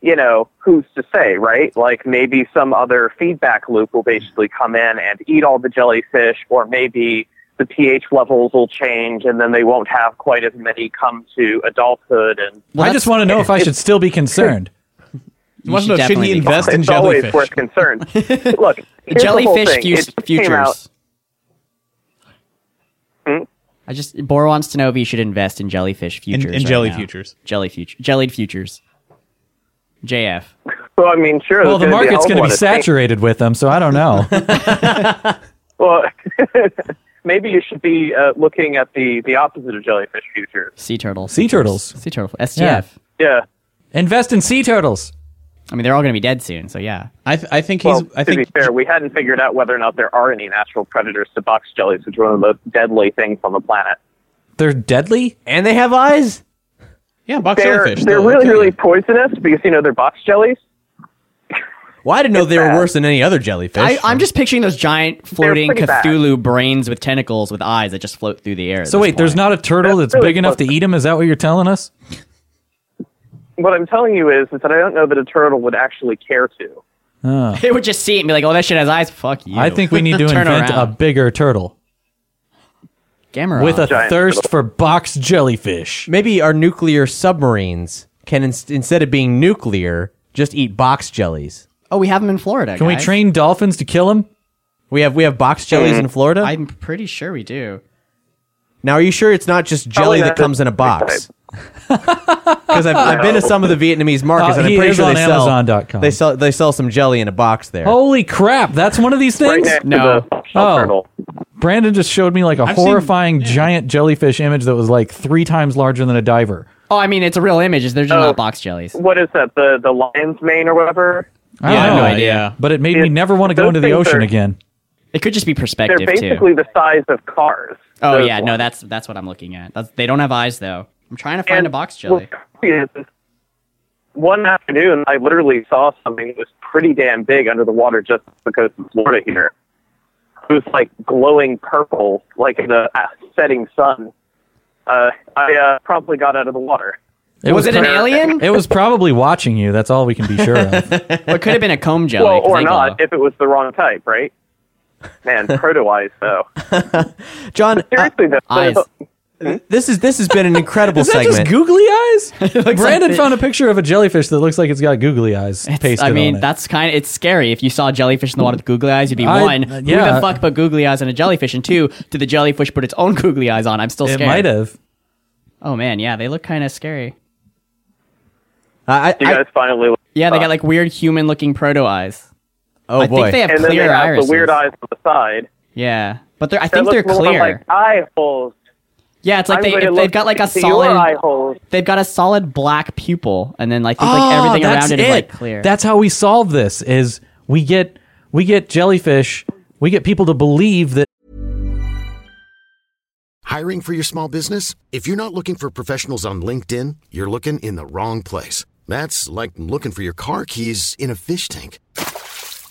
you know, who's to say, right? Like maybe some other feedback loop will basically come in and eat all the jellyfish, or maybe the pH levels will change and then they won't have quite as many come to adulthood and I just want to know if I should still be concerned. you Must should know, should definitely he be- invest in it's always jellyfish? [LAUGHS] worth concern. Look, here's the whole jellyfish thing. It fuse- just came futures. out- Hmm? I just Bor wants to know if you should invest in jellyfish futures. in right jelly now. futures. Jelly future jellied futures. JF. Well, I mean, sure. Well, the there's gonna be a market's hell of going to be a lot of things. saturated with them, so I don't know. Well, [LAUGHS] maybe you should be uh, looking at the, the opposite of jellyfish futures. Sea turtles. sea turtles. Sea turtle. STF. Yeah. Yeah. Invest in sea turtles. I mean, they're all going to be dead soon, so yeah. I, th- I think he's. Well, I to be think fair, we hadn't figured out whether or not there are any natural predators to box jellies, which are one of the most deadly things on the planet. They're deadly. And they have eyes. yeah, box They're jellyfish. they're though, really okay. really poisonous because you know they're box jellies. Well, I didn't know they were bad. worse than any other jellyfish. I, I'm just picturing those giant floating pretty bad. Cthulhu brains with tentacles with eyes that just float through the air. at So this wait, there's point. not a turtle that's really big enough to eat them. Is that what you're telling us? What I'm telling you is, is that I don't know that a turtle would actually care to. They would just see it and be like, "Oh, that shit has eyes." Fuck you. I think we need [LAUGHS] to [LAUGHS] Turn invent around. a bigger turtle Gamera with a Giant thirst turtle. for box jellyfish. Maybe our nuclear submarines can inst instead of being nuclear, just eat box jellies. Oh, we have them in Florida. Can we guys. train dolphins to kill them? We have we have box jellies Mm-hmm. in Florida. I'm pretty sure we do. now, are you sure it's not Oh, just jelly Probably that not. comes in a box? [LAUGHS] [LAUGHS] Because I've, I've been to some of the Vietnamese markets, Uh, and I'm he pretty is sure on they sell Amazon.com. They sell they sell some jelly in a box there. Holy crap! That's one of these Right things. next No. to the shell Oh. turtle. Brandon just showed me like a horrifying giant jellyfish image that was like three times larger than a diver. Oh, I mean, it's a real image. They're just Oh. not box jellies. What is that? The the lion's mane or whatever. I Yeah, don't no know, idea. But it made me It- never want to go those into the things ocean are- again. It could just be perspective They're basically too. the size of cars. Oh Those yeah, ones. no, that's that's what I'm looking at. That's, they don't have eyes though. I'm trying to find a box jelly. is, One afternoon, I literally saw something that was pretty damn big under the water just off the coast of Florida here. It was like glowing purple, like in the uh, setting sun. Uh, I uh, promptly got out of the water. It Was it an pro- [LAUGHS] alien? It was probably watching you. That's all we can be [LAUGHS] sure of. It could have been a comb jelly. Well, 'cause or they not, glow. if it was the wrong type, right? [LAUGHS] Man, proto-wise, though. John, uh, Seriously, though. [LAUGHS] eyes. this is this has been an incredible Is that segment. just googly [LAUGHS] eyes? Brandon it. found a picture of a jellyfish that looks like it's got googly eyes pasted I mean, on it. that's kind of it's scary. If you saw a jellyfish in the water with googly eyes, you'd be I- one. uh, Who yeah. the fuck put googly eyes on a jellyfish? And two, did the jellyfish put its own [LAUGHS] googly eyes on? I'm still it scared. might have. Oh man, yeah, they look kind of scary. I- I- You guys finally... Yeah, they got like weird human-looking proto eyes. oh I boy, think they have And then they clear have irises. the weird eyes on the side. Yeah, but they're, I That think they're looks more clear. like eye holes. yeah, it's like I'm they gonna if they've look got like a into your eye solid holes. they've got a solid black pupil, and then like, I think, Ah, Oh, like everything that's around it is like clear. That's how we solve this. Is we get we get jellyfish. We get people to believe that Hiring for your small business? If you're not looking for professionals on LinkedIn, you're looking in the wrong place. That's like looking for your car keys in a fish tank.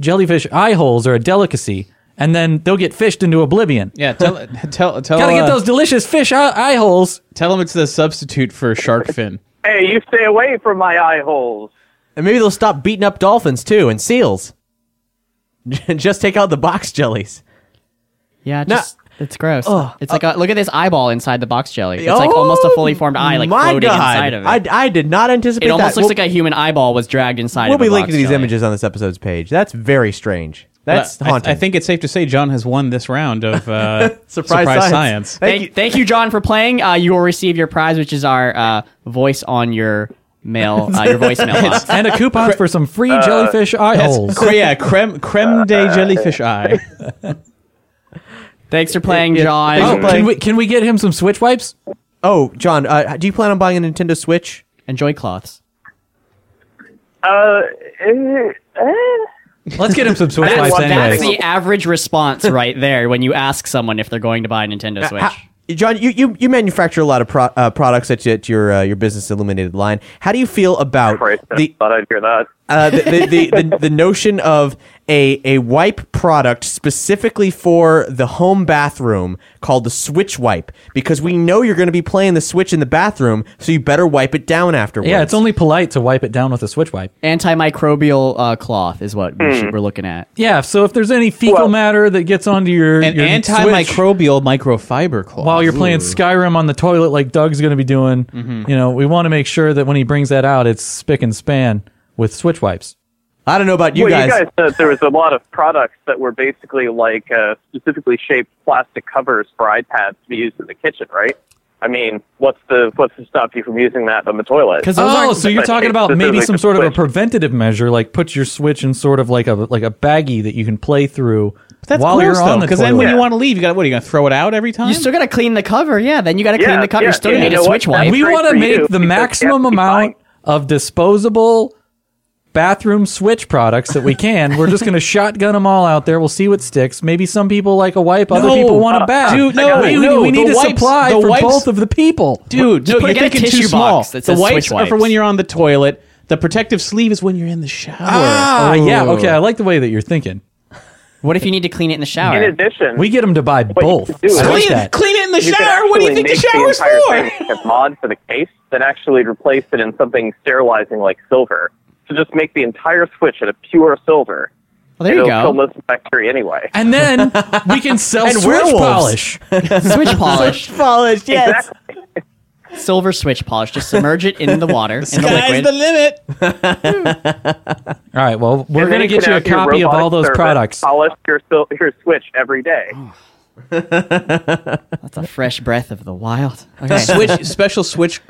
Jellyfish eye holes are a delicacy, and then they'll get fished into oblivion. Yeah, tell [LAUGHS] tell Oh, tell. Gotta uh, get those delicious fish eye, eye holes. Tell them it's the substitute for shark fin. Hey, you stay away from my eye holes. And maybe they'll stop beating up dolphins too and seals. [LAUGHS] Just take out the box jellies. Yeah, No. just it's gross. it's like a, look at this eyeball inside the box jelly. It's like almost a Oh, fully formed eye, like my floating God. inside of it. I, I did not anticipate it almost that. looks We'll- like a human eyeball was dragged inside. We'll of a be linking box to these jelly. images on this episode's page. That's very strange. That's But I- haunting. I, think it's safe to say John has won this round of uh, [LAUGHS] surprise, science. Thank Thank, thank you, John, for playing. Uh, you will receive your prize, which is our uh, voice on your [LAUGHS] mail, uh, your voicemail box. And a coupon for some free jellyfish eye holes. Cre- yeah, creme creme de Uh, jellyfish eye. Thanks for playing, John. thanks for Oh, playing. Can we can we get him some switch wipes? Oh, John, uh, do you plan on buying a Nintendo Switch? And joy cloths. Uh, eh, eh. [LAUGHS] Let's get him some switch That's- wipes that's anyway. That's the average response right there when you ask someone if they're going to buy a Nintendo Switch. How- John, you, you, you manufacture a lot of pro- uh, products at, at your uh, your business illuminated line. How do you feel about Christ, I the, thought I'd hear that. uh, the, the, the, the the notion of a a wipe product specifically for the home bathroom called the Switch Wipe because we know you're going to be playing the Switch in the bathroom, so you better wipe it down afterwards. yeah, it's only polite to wipe it down with a switch wipe. Antimicrobial uh, cloth is what we Hmm. should, we're looking at. Yeah, so if there's any fecal Well- matter that gets onto your, An your Switch antimicrobial microfiber cloth. while you're playing Skyrim on the toilet, like Doug's going to be doing, Mm-hmm. you know, we want to make sure that when he brings that out, it's spick and span with switch wipes. I don't know about you well, guys. you guys said there was a lot of products that were basically like uh, specifically shaped plastic covers for iPads to be used in the kitchen, right? I mean, what's the what's to stop you from using that on the toilet? Because those Oh, aren't- so you're Like, talking about this is maybe like some the sort of a Switch. preventative measure, like put your switch in sort of like a like a baggie that you can play through That's while you're on the because toilet. then when you want to leave, you got what are you going to throw it out every time? you still got to clean the cover. Yeah, then you got to clean Yeah, the cover. yeah, you still yeah, need you a know switch what? wipe. we great want to for make you, the because you have to maximum keep amount buying. of disposable bathroom switch products that we can. We're just going to [LAUGHS] shotgun them all out there. We'll see what sticks. Maybe some people like a wipe, other No. people want a bath. dude, no, we, we- no, the we need a wipes- supply the for wipes- both of the people. Dude, no, put- you're get a thinking too tissue small. box that the says wipes, Switch are for wipes. when you're on the toilet. The protective sleeve is when you're in the shower. Ah, yeah, Oh. okay. I like the way that you're thinking. What if you need to clean it in the shower? in addition, We get them to buy both. do is- I like clean, that. clean it in the you could shower. What do you actually think the make shower's entire [LAUGHS] for? Thing, a mod for the case, then actually replace it in something sterilizing like silver. So just make the entire switch out of pure silver. well, there you It'll kill go. most bacteria anyway. And then we can sell And switch werewolves. polish. [LAUGHS] Switch polish, polished, yes. silver switch polish. Just submerge it in the water, in the Sky's liquid. the limit. All right, well, we're And then going to can get you a have your copy of robotic all those servant products. Oh, Polish your, sil- your switch every day. That's a fresh breath of the wild. Okay. Switch special switch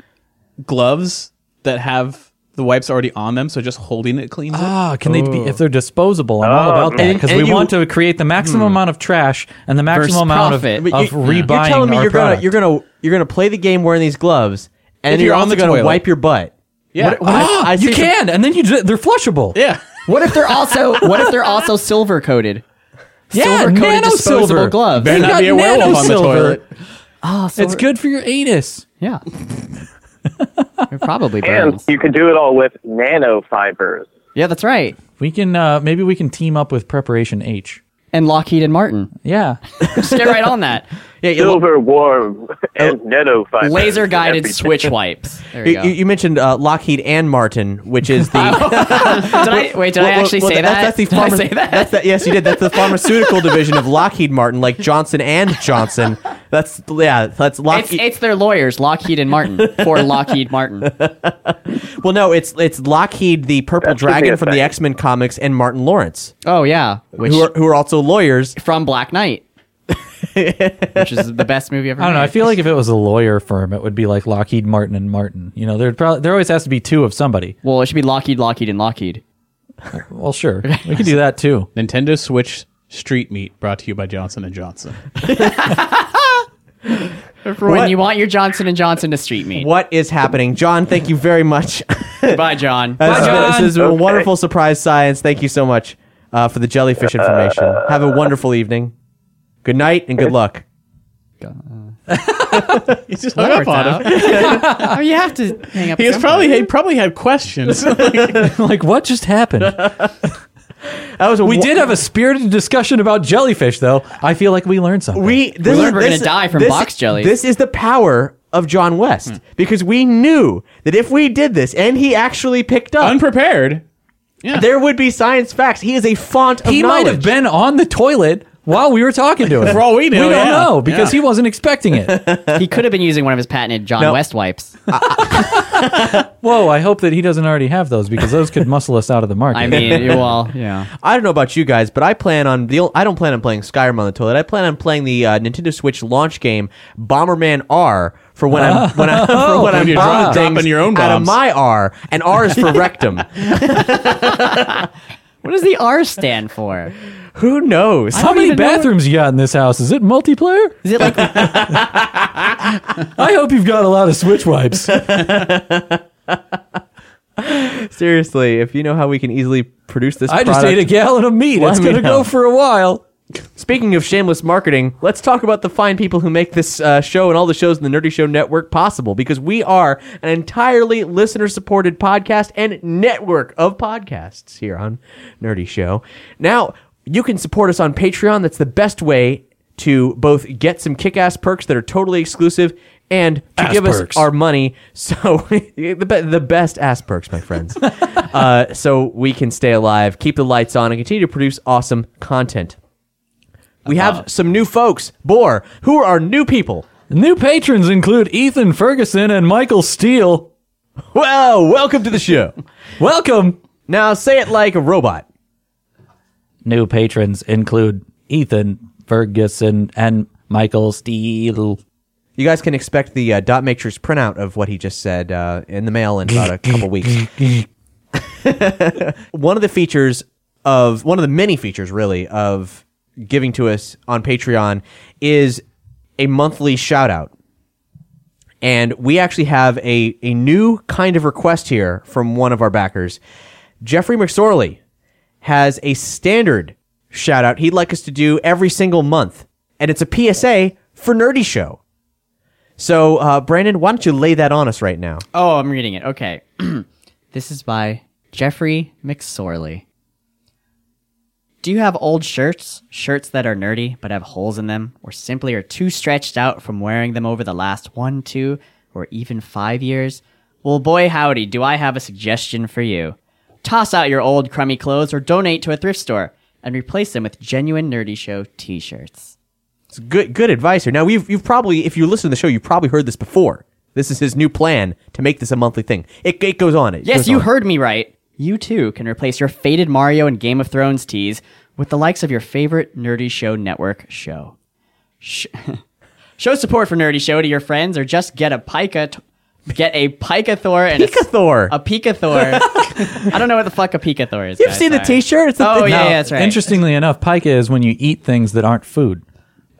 gloves that have the wipes already on them, so just holding it cleans it. Ah, can they be if they're disposable? I'm all about that because And- we and you- want to create the maximum amount of trash and the maximum Versus amount of, profit. of But But you- rebuying You're telling me our you're product. gonna you're gonna you're gonna play the game wearing these gloves, and If you're, you're on also the gonna toilet. wipe your butt. yeah, Ah, I- I you see- can, and then you ju- they're flushable. yeah. What if they're also What if they're [LAUGHS] also silver coated? yeah, Silver-coated nano disposable silver gloves. Better You not got be a werewolf on the nano-silver. toilet. It's good for your anus. Yeah. it probably And burns. you can do it all with nanofibers. Yeah, that's right. We can uh, maybe we can team up with Preparation H. And Lockheed and Martin. Yeah, Just get right on that. Yeah, you- Silver, warm, and nanofibers. Laser guided Everything. switch wipes. There you you, go. you, you mentioned uh, Lockheed and Martin, which is the did I, wait, did Well, I well, actually well, say that's- that? That's the Did pharma- I say that? [LAUGHS] That's the, yes, you did. That's the pharmaceutical division of Lockheed Martin, like Johnson and Johnson. That's yeah. It's, That's Lockheed. it's their lawyers, Lockheed and Martin, [LAUGHS] for Lockheed Martin. well, no, it's it's Lockheed, the Purple That should be Dragon a from the thing. X Men comics, and Martin Lawrence, Oh yeah, which who are who are also lawyers. [LAUGHS] from Black Knight. which is the best movie ever. I don't know. made. I feel like if it was a lawyer firm, it would be like Lockheed Martin and Martin. You know, there probably there always has to be two of somebody. well, it should be Lockheed, Lockheed, and Lockheed. Well, sure, we could do that too. [LAUGHS] Nintendo Switch Street Meat brought to you by Johnson and Johnson. For when you want your Johnson and Johnson to street meet. What is happening, John? Thank you very much. Bye, John. [LAUGHS] This has been- This is a wonderful surprise science. Thank you so much uh, for the jellyfish information. Have a wonderful evening. Good night and good luck. He just hung up on him. oh, you have to hang up. He was somewhere. probably he probably had questions. [LAUGHS] like, what just happened? That was a We wo- did have a spirited discussion about jellyfish, though. I feel like we learned something. We this learned is- we're gonna this- die from this- box jellies. This is the power of John West because we knew that if we did this and he actually picked up, Unprepared. there would be science facts. He is a font of he knowledge. might have been on the toilet while we were talking to him. For all we knew, we don't yeah. know because Yeah. he wasn't [LAUGHS] expecting it. He could have been using one of his patented John West wipes. Whoa! I hope that he doesn't already have those because those could muscle us out of the market. I mean, well, yeah. I don't know about you guys, but I plan on the. ol- I don't plan on playing Skyrim on the toilet. I plan on playing the uh, Nintendo Switch launch game Bomberman R for when I'm when I'm for when I'm you're bombing dro- dropping things your own out of bombs. my R, and R is for rectum. What does the R stand for? Who knows? how many even know- bathrooms you got in this house? Is it multiplayer? Is it like [LAUGHS] I hope you've got a lot of switch wipes. Seriously, if you know how we can easily produce this, I just product- ate a gallon of meat. Let it's me gonna know. go for a while. Speaking of shameless marketing, let's talk about the fine people who make this uh, show and all the shows in the Nerdy Show Network possible because we are an entirely listener supported podcast and network of podcasts here on Nerdy Show. Now, you can support us on Patreon. That's the best way to both get some kick ass perks that are totally exclusive and to give us perks. our money [LAUGHS] so the, be- the best ass perks my friends uh, so we can stay alive keep the lights on and continue to produce awesome content we have some new folks, Boar, who are new people. New patrons include Ethan Ferguson and Michael Steele. Well, welcome to the show. Welcome. now say it like a robot. New patrons include Ethan Ferguson and Michael Steele. You guys can expect the uh, dot matrix printout of what he just said uh, in the mail in about a couple weeks. [LAUGHS] one of the features of one of the many features, really, of giving to us on Patreon is a monthly shout out. And we actually have a, a new kind of request here from one of our backers. Jeffrey McSorley has a standard shout out he'd like us to do every single month. And it's a PSA for Nerdy Show. So, uh, Brandon, why don't you lay that on us right now? Oh, I'm reading it. Okay. [CLEARS THROAT] this is by Jeffrey McSorley. Do you have old shirts? Shirts that are nerdy but have holes in them, or simply are too stretched out from wearing them over the last one, two, or even five years? Well, boy, howdy, do I have a suggestion for you. Toss out your old crummy clothes or donate to a thrift store and replace them with genuine Nerdy Show t shirts. It's good, good advice here. Now, you've, you've probably, if you listen to the show, you've probably heard this before. This is his new plan to make this a monthly thing. It, it goes on. It Yes, goes you on. heard me right. You too can replace your faded Mario and Game of Thrones tees with the likes of your favorite Nerdy Show Network show. Sh- [LAUGHS] show support for Nerdy Show to your friends, or just get a pica, t- get a pica Thor and a s- Picathor. A pica Thor. [LAUGHS] I don't know what the fuck a pica Thor is. You've guys, seen the sorry. T-shirt. It's the Oh thing- yeah, Now, yeah, that's right. Interestingly enough, pica is when you eat things that aren't food.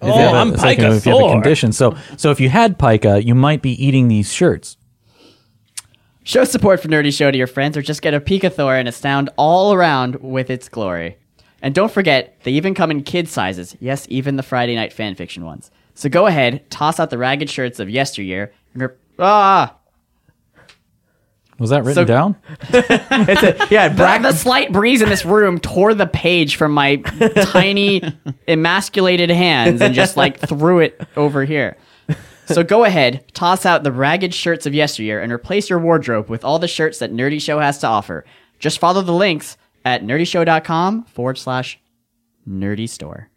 If you Oh, have a- I'm it's like, you know, If you have a pica-thor. condition, so so if you had pica, you might be eating these shirts. Show support for Nerdy Show to your friends or just get a Picathor and astound all around with its glory. And don't forget, they even come in kid sizes. Yes, even the Friday night fanfiction ones. So go ahead, toss out the ragged shirts of yesteryear and rep- ah, Was that written So- down? [LAUGHS] It's a, yeah, brack, the slight breeze in this room tore the page from my [LAUGHS] tiny, emasculated hands and just like threw it over here. So go ahead, toss out the ragged shirts of yesteryear and replace your wardrobe with all the shirts that Nerdy Show has to offer. Just follow the links at nerdyshow.com forward slash nerdy store.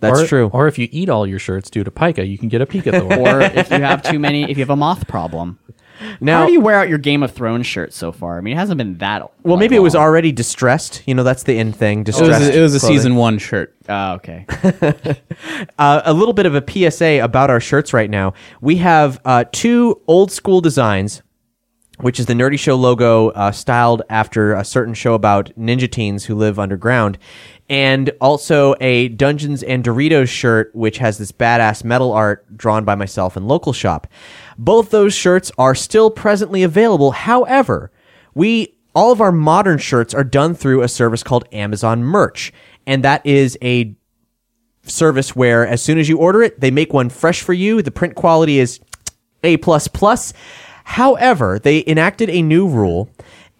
that's Or- true. Or [LAUGHS] if you eat all your shirts due to pica, you can get a pica. Or if you have too many, if you have a moth problem. Now, How do you wear out your Game of Thrones shirt so far? I mean, it hasn't been that. well, maybe it was long. already distressed. You know, that's the end thing. It was, Distressed. a, it was a clothing. season one shirt. Ah, okay. uh, a little bit of a PSA about our shirts right now. We have uh, two old school designs, which is the Nerdy Show logo uh, styled after a certain show about ninja teens who live underground, and also a Dungeons and Doritos shirt, which has this badass metal art drawn by myself and local shop. Both those shirts are still presently available. However, we all of our modern shirts are done through a service called Amazon Merch, and that is a service where as soon as you order it, they make one fresh for you. The print quality is A plus plus. However, they enacted a new rule.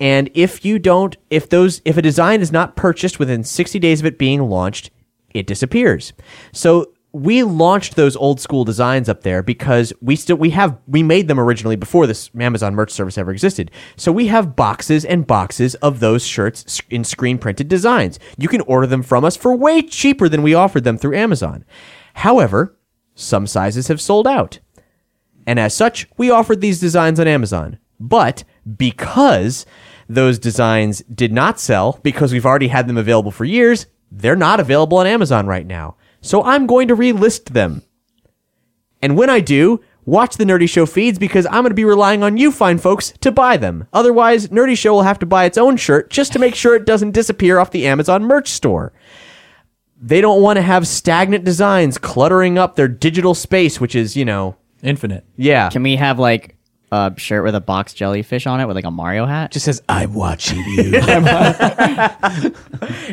And if you don't, if those, if a design is not purchased within 60 days of it being launched, it disappears. So we launched those old school designs up there because we still, we have, we made them originally before this Amazon merch service ever existed. So we have boxes and boxes of those shirts s- in screen printed designs. You can order them from us for way cheaper than we offered them through Amazon. However, some sizes have sold out. And as such, we offered these designs on Amazon. But because those designs did not sell, because we've already had them available for years, they're not available on Amazon right now. So I'm going to relist them. And when I do, watch the Nerdy Show feeds because I'm going to be relying on you fine folks to buy them. Otherwise, Nerdy Show will have to buy its own shirt just to make sure it doesn't disappear off the Amazon merch store. They don't want to have stagnant designs cluttering up their digital space, which is, you know, Infinite. yeah. Can we have like a shirt with a box jellyfish on it with like a Mario hat? Just says, I'm watching you.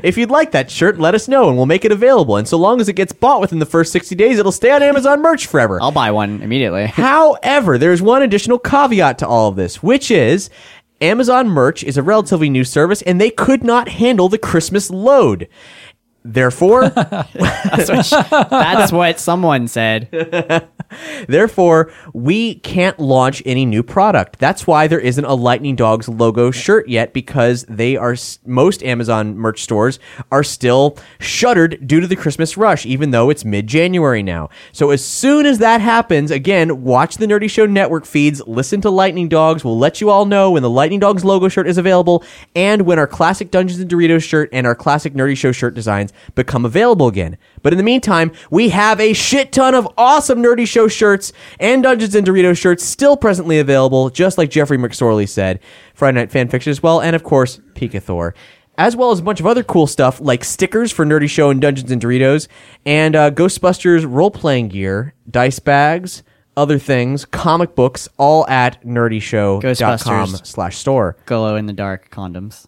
If you'd like that shirt, let us know and we'll make it available. And so long as it gets bought within the first 60 days, it'll stay on Amazon merch forever. I'll buy one [LAUGHS] immediately. However, there's one additional caveat to all of this, which is Amazon merch is a relatively new service and they could not handle the Christmas load. [LAUGHS] Therefore, That's what [LAUGHS] someone [LAUGHS] said. Therefore, we can't launch any new product. That's why there isn't a Lightning Dogs logo shirt yet because they are s- most Amazon merch stores are still shuttered due to the Christmas rush even though it's mid-January now. So as soon as that happens, again, watch the Nerdy Show network feeds, listen to Lightning Dogs. We'll let you all know when the Lightning Dogs logo shirt is available and when our classic Dungeons and Doritos shirt and our classic Nerdy Show shirt designs become available again. But in the meantime, we have a shit ton of awesome Nerdy Show shirts and Dungeons and Doritos shirts still presently available, just like Jeffrey McSorley said. Friday Night Fanfiction as well, and of course, Pikathor. As well as a bunch of other cool stuff like stickers for Nerdy Show and Dungeons and Doritos, and uh, Ghostbusters role playing gear, dice bags, other things, comic books, all at nerdyshow.com Ghostbusters. slash store. Glow in the dark condoms.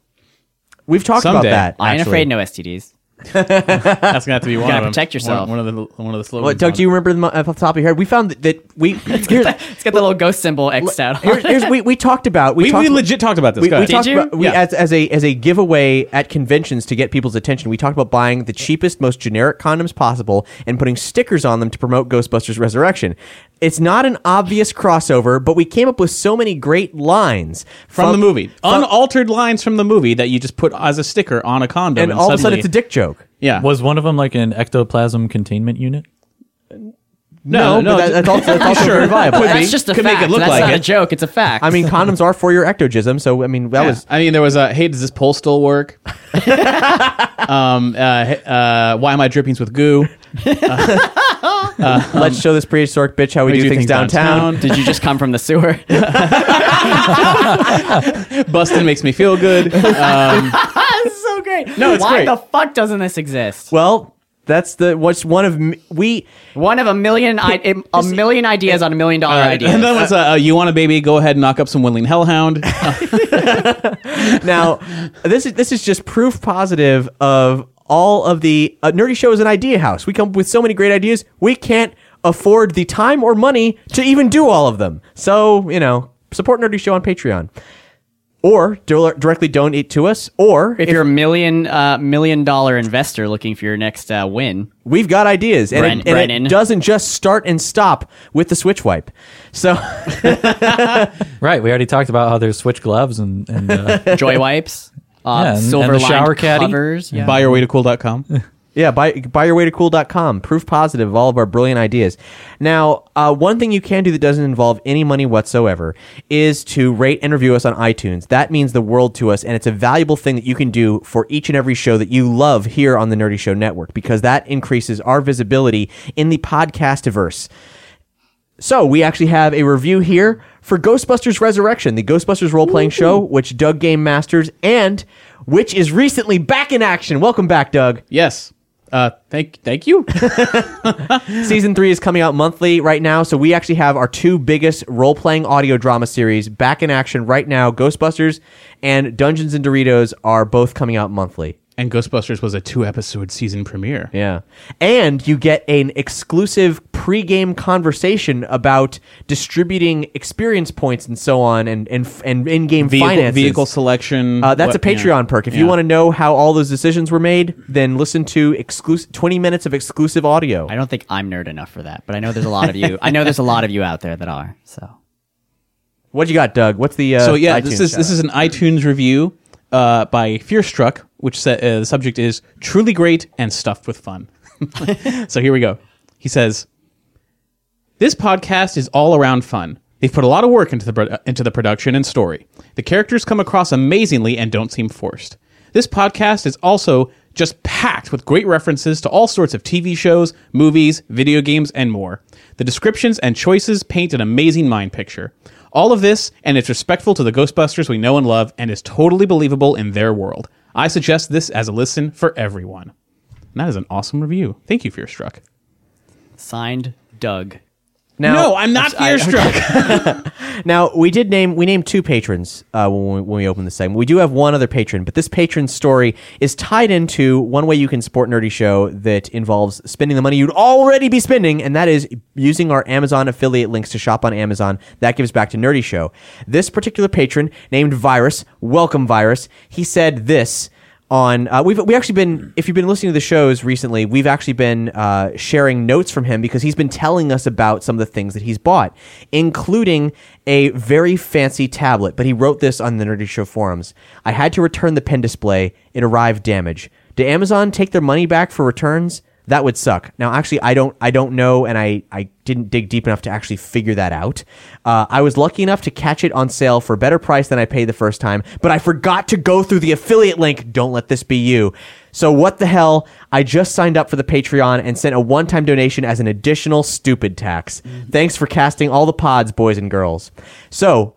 We've talked Someday. about that. I ain't actually. afraid no STDs. That's going to have to be one gotta of them. protect yourself. One, one of the one of the slogans. What, Doug, on do you remember the, mo- off the top of your head? We found that, that [LAUGHS] we here's, It's got the little ghost symbol X'd out. on here's, it. here's we, we talked about we, We, talked we legit talked about this. we, Go we ahead. talked you? about we, Yeah. as, as a as a giveaway at conventions to get people's attention. We talked about buying the cheapest, most generic condoms possible and putting stickers on them to promote Ghostbusters Resurrection. It's not an obvious crossover, but we came up with so many great lines from the movie, from- unaltered lines from the movie that you just put as a sticker on a condom, and and, all of a sudden suddenly- it's a dick joke. yeah. Was one of them like an ectoplasm containment unit? no, no, but that, that's also, that's also [LAUGHS] Sure. very viable. [LAUGHS] Could be. That's just a Could fact. make it look That's like not it. a joke. It's a fact. I mean, [LAUGHS] condoms are for your ectogism, so I mean that Yeah. was I mean, there was a hey, does this pole still [LAUGHS] work? um, uh, hey, uh, why am I drippings with goo? let's show this prehistoric bitch how Um, we, do, things, downtown. did you just come from the sewer? That's Bustin makes me feel [LAUGHS] good. Uh, so great. [LAUGHS] No, it's Why great. the fuck doesn't this exist? Well, that's the what's one of m- we One of a million, I- a million ideas on a million dollar All right. idea. And then was uh, uh, you want a baby? Go ahead and knock up some [LAUGHS] Windling Hellhound. now this is this is just proof positive of all of the uh, nerdy show is an idea house. We come up with so many great ideas, we can't afford the time or money to even do all of them. So you know, support nerdy show on Patreon. Or do- directly donate to us, or if, you're a million uh, million dollar investor looking for your next uh, win, we've got ideas, and, Bren- it, and Brennan. it doesn't just start and stop with the switch wipe. So [LAUGHS] Right. We already talked about how there's switch gloves and, and [LAUGHS] uh, joy wipes, uh, Yeah, and- and silver the shower caddy. covers. Yeah. Buyyourwaytocool.com. Yeah, buy, buyyourwaytocool.com. Proof positive of all of our brilliant ideas. Now, uh, one thing you can do that doesn't involve any money whatsoever is to rate and review us on iTunes. That means the world to us, and it's a valuable thing that you can do for each and every show that you love here on the Nerdy Show Network because that increases our visibility in the podcastiverse. So we actually have a review here for Ghostbusters Resurrection, the Ghostbusters role playing show, which Doug Game Masters and which is recently back in action. Welcome back, Doug. Yes. Uh, thank, thank you. [LAUGHS] Season three is coming out monthly right now, so we actually have our two biggest role playing audio drama series back in action right now. Ghostbusters and Dungeons and Doritos are both coming out monthly. and Ghostbusters was a two episode season premiere. Yeah. And you get an exclusive pregame conversation about distributing experience points and so on and and, and in-game Vehicle, finances. vehicle selection. Uh, that's what- a Patreon yeah. perk. If Yeah. you want to know how all those decisions were made, then listen to exclusive 20 minutes of exclusive audio. I don't think I'm nerd enough for that, but I know there's a lot of you. I know there's a lot of you out there that are. So What you got, Doug? What's the uh, so yeah, iTunes this is shout-out? this is an iTunes review uh, by Fearstruck, which sa- uh, the subject is truly great and stuffed with fun. [LAUGHS] so here we go. He says, "This podcast is all around fun. They've put a lot of work into the pro- into the production and story. The characters come across amazingly and don't seem forced. This podcast is also." Just packed with great references to all sorts of TV shows, movies, video games, and more. The descriptions and choices paint an amazing mind picture. All of this, and it's respectful to the Ghostbusters we know and love, and is totally believable in their world. I suggest this as a listen for everyone. And that is an awesome review. Thank you, Fearstruck. signed, Doug. now, no, I'm not Fearstruck. Now we did name we named two patrons uh, when we, when we opened the segment. We do have one other patron, but this patron's story is tied into one way you can support Nerdy Show that involves spending the money you'd already be spending, and that is using our Amazon affiliate links to shop on Amazon. That gives back to Nerdy Show. This particular patron named Virus, welcome Virus. He said this on uh, we've we actually been if you've been listening to the shows recently we've actually been uh, sharing notes from him because he's been telling us about some of the things that he's bought including a very fancy tablet but he wrote this on the nerdy show forums i had to return the pen display it arrived damaged did amazon take their money back for returns that would suck. Now, actually, I don't, I don't know, and I, I didn't dig deep enough to actually figure that out. Uh, I was lucky enough to catch it on sale for a better price than I paid the first time, but I forgot to go through the affiliate link. Don't let this be you. So what the hell? I just signed up for the Patreon and sent a one-time donation as an additional stupid tax. Thanks for casting all the pods, boys and girls. So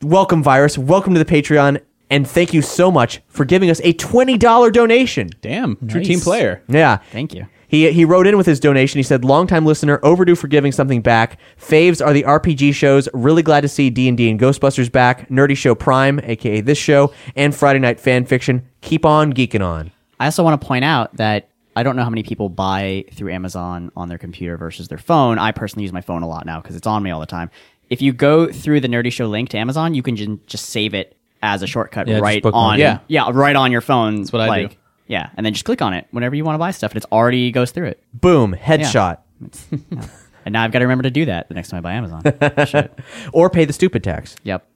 welcome, virus. Welcome to the Patreon. And thank you so much for giving us a $20 donation. Damn, true team player. Yeah. Thank you. He, he wrote in with his donation. He said, "Longtime listener, overdue for giving something back. Faves are the RPG shows. Really glad to see D and D and Ghostbusters back. Nerdy Show Prime, aka this show, and Friday Night Fan Fiction. Keep on geeking on. I also want to point out that I don't know how many people buy through Amazon on their computer versus their phone. I personally use my phone a lot now because it's on me all the time. If you go through the Nerdy Show link to Amazon, you can ju- just save it as a shortcut just right bookmark on it. Yeah. right on your phone. That's what I do. Yeah, and then just click on it whenever you want to buy stuff, and it's already goes through it. Boom, Yeah. headshot, It's- yeah. and now I've got to remember to do that the next time I buy [LAUGHS] Amazon. Shit. or pay the stupid tax." Yep.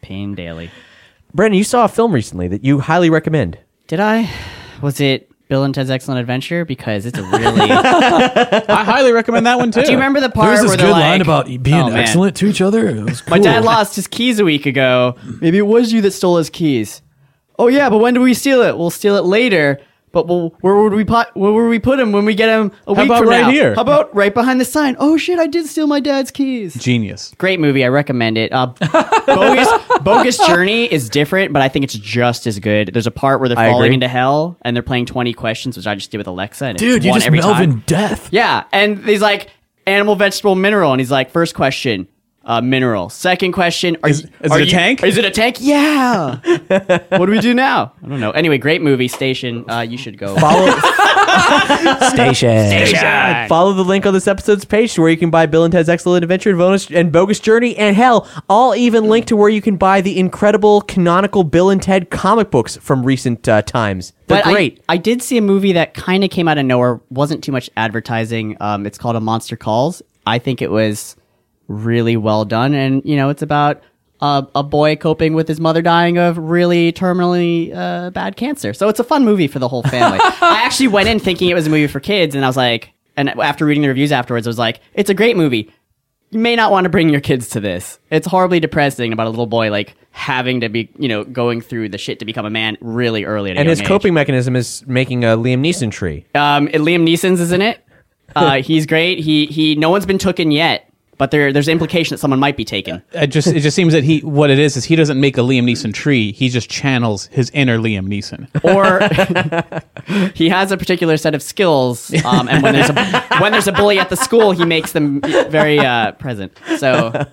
Pain daily. Brandon, you saw a film recently that you highly recommend. Did I? Was it Bill and Ted's Excellent Adventure? Because it's a [LAUGHS] really. I highly recommend that one too. Do you remember the part There's where this they're good like, line about being "Oh, man, excellent to each other. It was My cool. dad lost his keys a week ago. Maybe it was you that stole his keys. Oh yeah, but when do we steal it? We'll steal it later. But we'll, where would we pot, where would we put him when we get him a week about from right now? here? How about right behind the sign? Oh shit, I did steal my dad's keys. Genius. Great movie, I recommend it. Uh, bogus, bogus Journey is different, but I think it's just as good. There's a part where they're I falling agree. into hell and they're playing 20 questions, which I just did with Alexa. And it's Dude, you one just every Melvin time. death. Yeah, and he's like animal, vegetable, mineral, and he's like first question, uh, mineral. Second question, are you- is are it a you- tank? Is it a tank? Yeah. what do we do now? I don't know. Anyway, great movie. Station, uh, you should go. Follow, Station. follow the link on this episode's page to where you can buy Bill and Ted's Excellent Adventure and Bonus and Bogus Journey, and hell, I'll even link to where you can buy the incredible canonical Bill and Ted comic books from recent uh, times. They're But I- great. I, did see a movie that kind of came out of nowhere, wasn't too much advertising. Um, it's called A Monster Calls. I think it was really well done, and you know, it's about uh, a boy coping with his mother dying of really terminally uh, bad cancer. So it's a fun movie for the whole [LAUGHS] family. I actually went in thinking it was a movie for kids, and I was like, and after reading the reviews afterwards, I was like, it's a great movie. You may not want to bring your kids to this. It's horribly depressing about a little boy like having to be, you know, going through the shit to become a man really early. At a And young his age. coping mechanism is making a Liam Neeson tree. Um, and Liam Neeson's is in it. Uh, he's great. He he. No one's been taken yet, but there there's implication that someone might be taken. It just it just seems that he what it is is he doesn't make a Liam Neeson tree. He just channels his inner Liam Neeson. [LAUGHS] or [LAUGHS] he has a particular set of skills, um, and when there's a when there's a bully at the school, he makes them very uh, present. So,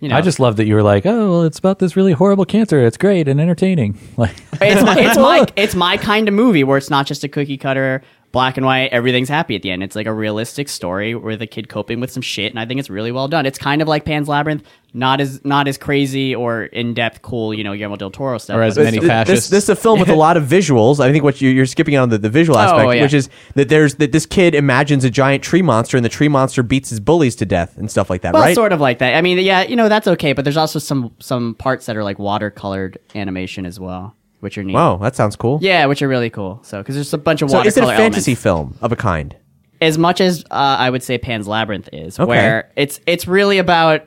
you know, I just love that you were like, oh, well, it's about this really horrible cancer. It's great and entertaining. [LAUGHS] Like, it's my, it's my it's my kind of movie where it's not just a cookie cutter black and white everything's happy at the end it's like a realistic story with a kid coping with some shit and i think it's really well done it's kind of like pan's labyrinth not as not as crazy or in-depth cool you know guillermo del toro stuff Or as but- many Th- fascists. This, this is a film with a lot of visuals. I think what you, you're skipping on the, the visual aspect, Oh, yeah. which is that there's that this kid imagines a giant tree monster, and the tree monster beats his bullies to death and stuff like that, well right? sort of like that i mean yeah you know that's okay but there's also some some parts that are like watercolored animation as well which are neat Wow, that sounds cool. yeah which are really cool so because there's a bunch of So watercolor is it a fantasy elements. film of a kind? as much as uh, I would say Pan's Labyrinth is, Okay. where it's it's really about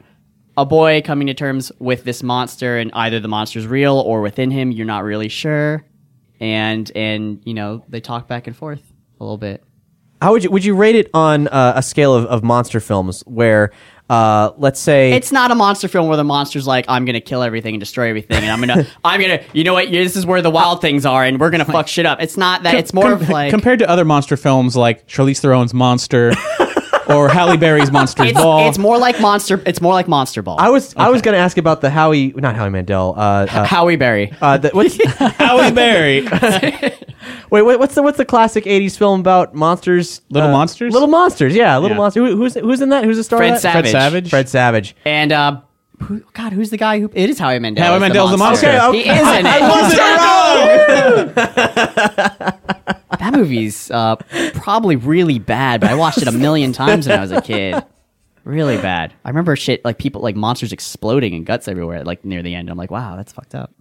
a boy coming to terms with this monster, and either the monster's real or within him, you're not really sure, and and you know they talk back and forth a little bit. How would you would you rate it on uh, a scale of, of monster films where, uh, let's say, It's not a monster film where the monster's like, I'm gonna kill everything and destroy everything, and I'm [LAUGHS] gonna I'm gonna you know what this is where the wild things are, and we're gonna fuck shit up. It's not that. It's more Com- of like compared to other monster films like Charlize Theron's Monster [LAUGHS] or Halle Berry's Monsters it's, Ball. it's more like monster. It's more like Monster Ball. I was I was going to ask about the Howie, not Howie Mandel. Uh, uh, Howie Berry. uh, the, [LAUGHS] what's, Halle [LAUGHS] Berry. [LAUGHS] wait, wait, what's the what's the classic '80s film about monsters? Little uh, Monsters? Little Monsters. Yeah, Little Yeah. Monsters. Who, who's who's in that? Who's the star? Fred of that? Savage. Savage? Fred Savage. And uh, who, God, who's the guy who? It is Howie Mandel. Howie is Mandel's the monster. He is in it. [LAUGHS] That movie's uh, probably really bad, but I watched it a million times when I was a kid. Really bad. I remember shit like people like monsters exploding and guts everywhere like near the end. I'm like, wow, that's fucked up.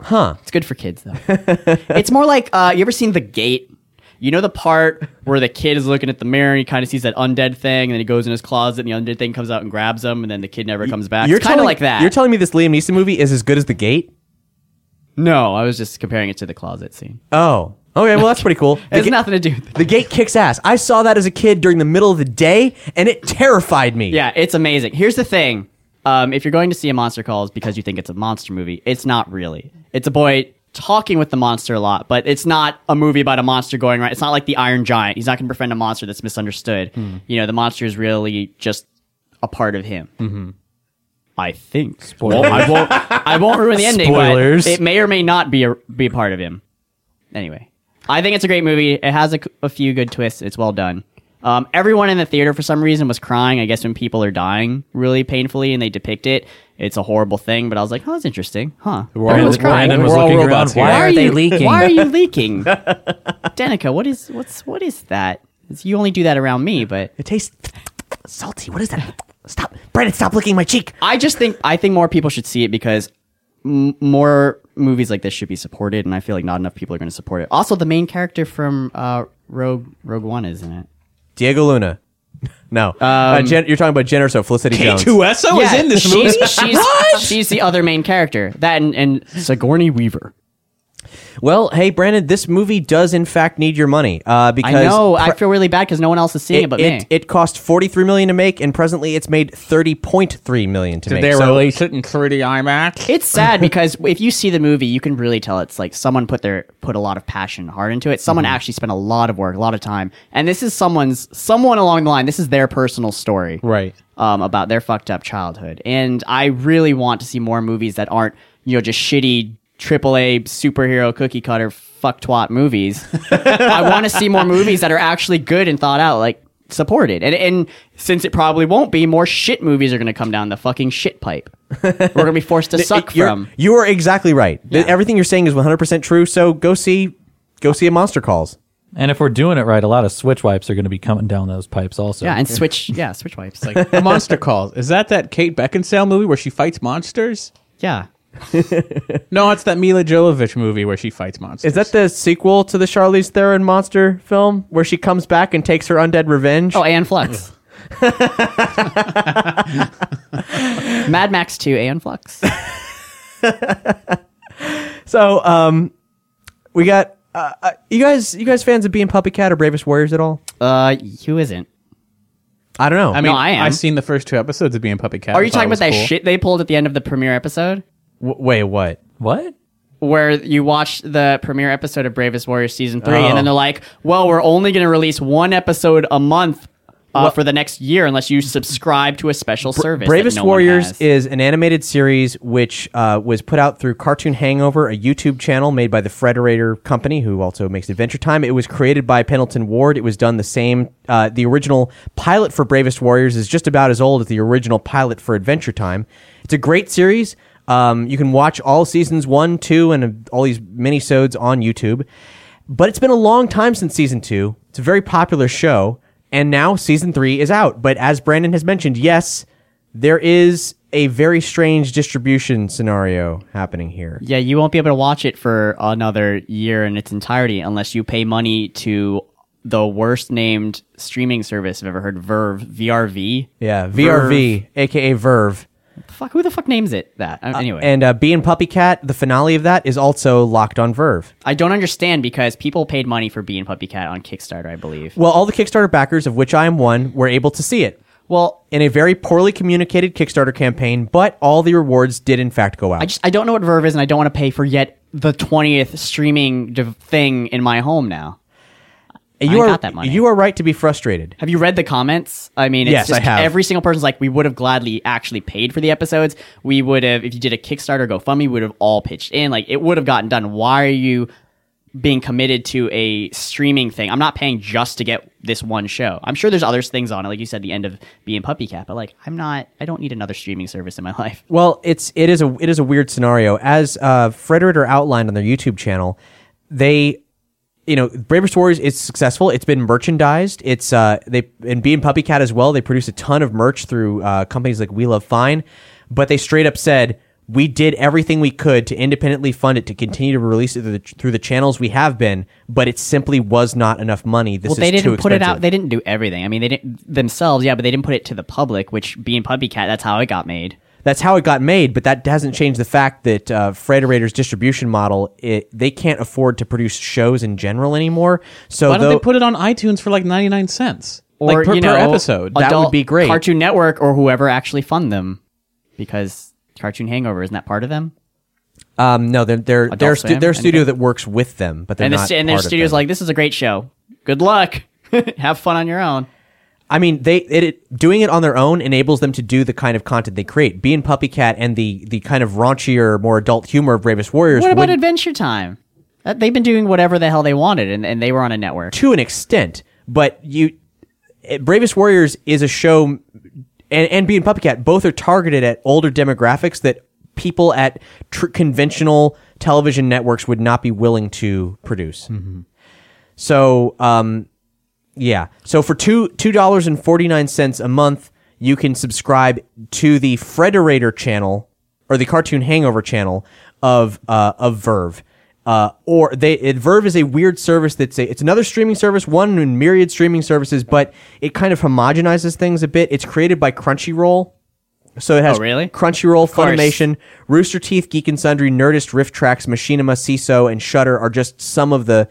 Huh? It's good for kids though. [LAUGHS] it's more like uh, you ever seen The Gate? You know the part where the kid is looking at the mirror and he kind of sees that undead thing, and then he goes in his closet and the undead thing comes out and grabs him, and then the kid never comes back. kind of telling- like that. You're telling me this Liam Neeson movie is as good as The Gate? No, I was just comparing it to the closet scene. Oh, okay. Well, that's pretty [LAUGHS] cool. The It has Ga- nothing to do with The Gate kicks ass. I saw that as a kid during the middle of the day, and it terrified me. Yeah, it's amazing. Here's the thing. Um, if you're going to see a monster calls because you think it's a monster movie, it's not really. It's a boy talking with the monster a lot, but it's not a movie about a monster going right. It's not like the Iron Giant. He's not going to befriend a monster that's misunderstood. You know, the monster is really just a part of him. Mm-hmm. I think. Spoilers. I won't. I won't ruin the ending. Spoilers. But it may or may not be a, be a part of him. Anyway, I think it's a great movie. It has a, c- a few good twists. It's well done. Um, everyone in the theater, for some reason, was crying. I guess when people are dying really painfully, and they depict it, it's a horrible thing. But I was like, "Oh, that's interesting, huh?" Everyone's crying. Brandon was We're all looking around. robots here. Why Why are they you- leaking? Why are you leaking, Danica? What is what's what is that? It's- You only do that around me, but It tastes salty. What is that? Stop, Brandon! Stop licking my cheek. I just think I think more people should see it because m- more movies like this should be supported, and I feel like not enough people are going to support it. Also, the main character from uh, Rogue Rogue One is in it. Diego Luna. [LAUGHS] No, uh, Jen, you're talking about Jen Erso, Felicity Jones. K2SO is in this movie. she's, [LAUGHS] She's, she's the other main character. That and, and Sigourney Weaver. Well, hey, Brandon, this movie does in fact need your money uh, because I know. I feel really bad because no one else is seeing it, it, but it, me. it cost 43 million to make, and presently it's made 30.3 million to make. They So- release it in 3D IMAX. it's sad because if you see the movie, you can really tell it's like someone put their put a lot of passion and heart into it. Someone actually spent a lot of work, a lot of time, and this is someone's someone along the line. This is their personal story, Right. Um, about their fucked up childhood, and I really want to see more movies that aren't you know just shitty AAA superhero cookie cutter fuck twat movies. I want to see more movies that are actually good and thought out, like supported. And and since it probably won't be, more shit movies are going to come down the fucking shit pipe. We're going to be forced to suck you're, from. You are exactly right. Th- Everything you're saying is 100% true. So go see, go see a Monster Calls. and if we're doing it right, a lot of switch wipes are going to be coming down those pipes also. Yeah, and switch. Yeah, switch wipes. Like Monster Calls. Is that that Kate Beckinsale movie where she fights monsters? Yeah. No, it's that Mila Jovovich movie where she fights Is monsters. that the sequel to the Charlize Theron monster film where she comes back and takes her undead revenge? Oh, Aeon Flux. Mad Max 2 Aeon Flux. So, um, we got uh, uh, you guys. You guys fans of being Puppy Cat or Bravest Warriors at all? Uh, who isn't? I don't know. I mean, I am. have seen the first two episodes of Being Puppy Cat. Are you I thought talking about it was that cool. shit they pulled at the end of the premiere episode? W- wait, what? What? Where you watched the premiere episode of Bravest Warrior season three, and then they're like, "Well, we're only going to release one episode a month uh, for the next year, unless you subscribe to a special service." that Bravest no one Warriors has." is an animated series which uh, was put out through Cartoon Hangover, a YouTube channel made by the Frederator Company, who also makes Adventure Time. It was created by Pendleton Ward. It was done the same. Uh, the original pilot for Bravest Warriors is just about as old as the original pilot for Adventure Time. It's a great series. Um, you can watch all seasons one, two, and uh, all these minisodes on YouTube. But it's been a long time since season two. It's a very popular show, and now season three is out. But as Brandon has mentioned, yes, there is a very strange distribution scenario happening here. yeah, you won't be able to watch it for another year in its entirety unless you pay money to the worst named streaming service I've ever heard, Verve, VRV. Yeah, VRV, aka Verve, Fuck, who the fuck names it that? Uh, anyway, and uh, Bee and Puppy Cat. The finale of that is also locked on Verve. I don't understand because people paid money for Bee and Puppy Cat on Kickstarter, I believe. Well, all the Kickstarter backers, of which I am one, were able to see it Well, in a very poorly communicated Kickstarter campaign, but all the rewards did in fact go out. I just I don't know what Verve is, and I don't want to pay for yet the twentieth streaming div- thing in my home now. you I are got that money. you are right to be frustrated. Have you read the comments? I mean, it's Yes, just I have. every single person's like, we would have gladly actually paid for the episodes. We would have, if you did a Kickstarter, GoFundMe, we would have all pitched in. Like, it would have gotten done. Why are you being committed to a streaming thing? I'm not paying just to get this one show. I'm sure there's other things on it, like you said, the end of being Puppy Cat. But like, I'm not. I don't need another streaming service in my [LAUGHS] life. Well, it's it is a it is a weird scenario. As uh, Frederator outlined on their YouTube channel, they, you know, Bravest Warriors is successful. It's been merchandised. It's uh they and being Puppy Cat as well. They produce a ton of merch through uh, companies like We Love Fine, but they straight up said we did everything we could to independently fund it to continue to release it through the, through the channels we have been, but it simply was not enough money. This Well, is they too didn't put it expensive. out. They didn't do everything. I mean, they didn't themselves, yeah, but they didn't put it to the public. Which being Puppy Cat, that's how it got made. that's how it got made, but that doesn't change the fact that uh, Frederator's distribution model, it, they can't afford to produce shows in general anymore. So Why don't though- they put it on iTunes for like 99 cents? Or like per, you know, per episode. That adult would be great. Cartoon Network or whoever actually fund them, because Cartoon Hangover isn't that part of them? um, no, they're they're they're, Adult stu- Swim, they're a studio anything? that works with them, but they're and not. the, and their part of studios them. like this is a great show. Good luck. [LAUGHS] Have fun on your own. I mean, they it, it doing it on their own enables them to do the kind of content they create. Being Puppy Cat and the the kind of raunchier, more adult humor of Bravest Warriors. What about wouldn't- Adventure Time? Uh, They've been doing whatever the hell they wanted, and, and they were on a network. to an extent, but you eh, Bravest Warriors is a show and and being Puppy Cat both are targeted at older demographics that people at tr- conventional television networks would not be willing to produce. So, um, yeah. So for two two dollars and forty nine cents a month, you can subscribe to the Frederator channel or the Cartoon Hangover channel of uh, of Verve. Uh, or they it, Verve is a weird service that's a, it's another streaming service, one in myriad streaming services, but it kind of homogenizes things a bit. It's created by Crunchyroll, so it has Oh, really? Crunchyroll, course. Funimation, Rooster Teeth, Geek and Sundry, Nerdist, Rift Tracks, Machinima, CISO, and Shutter are just some of the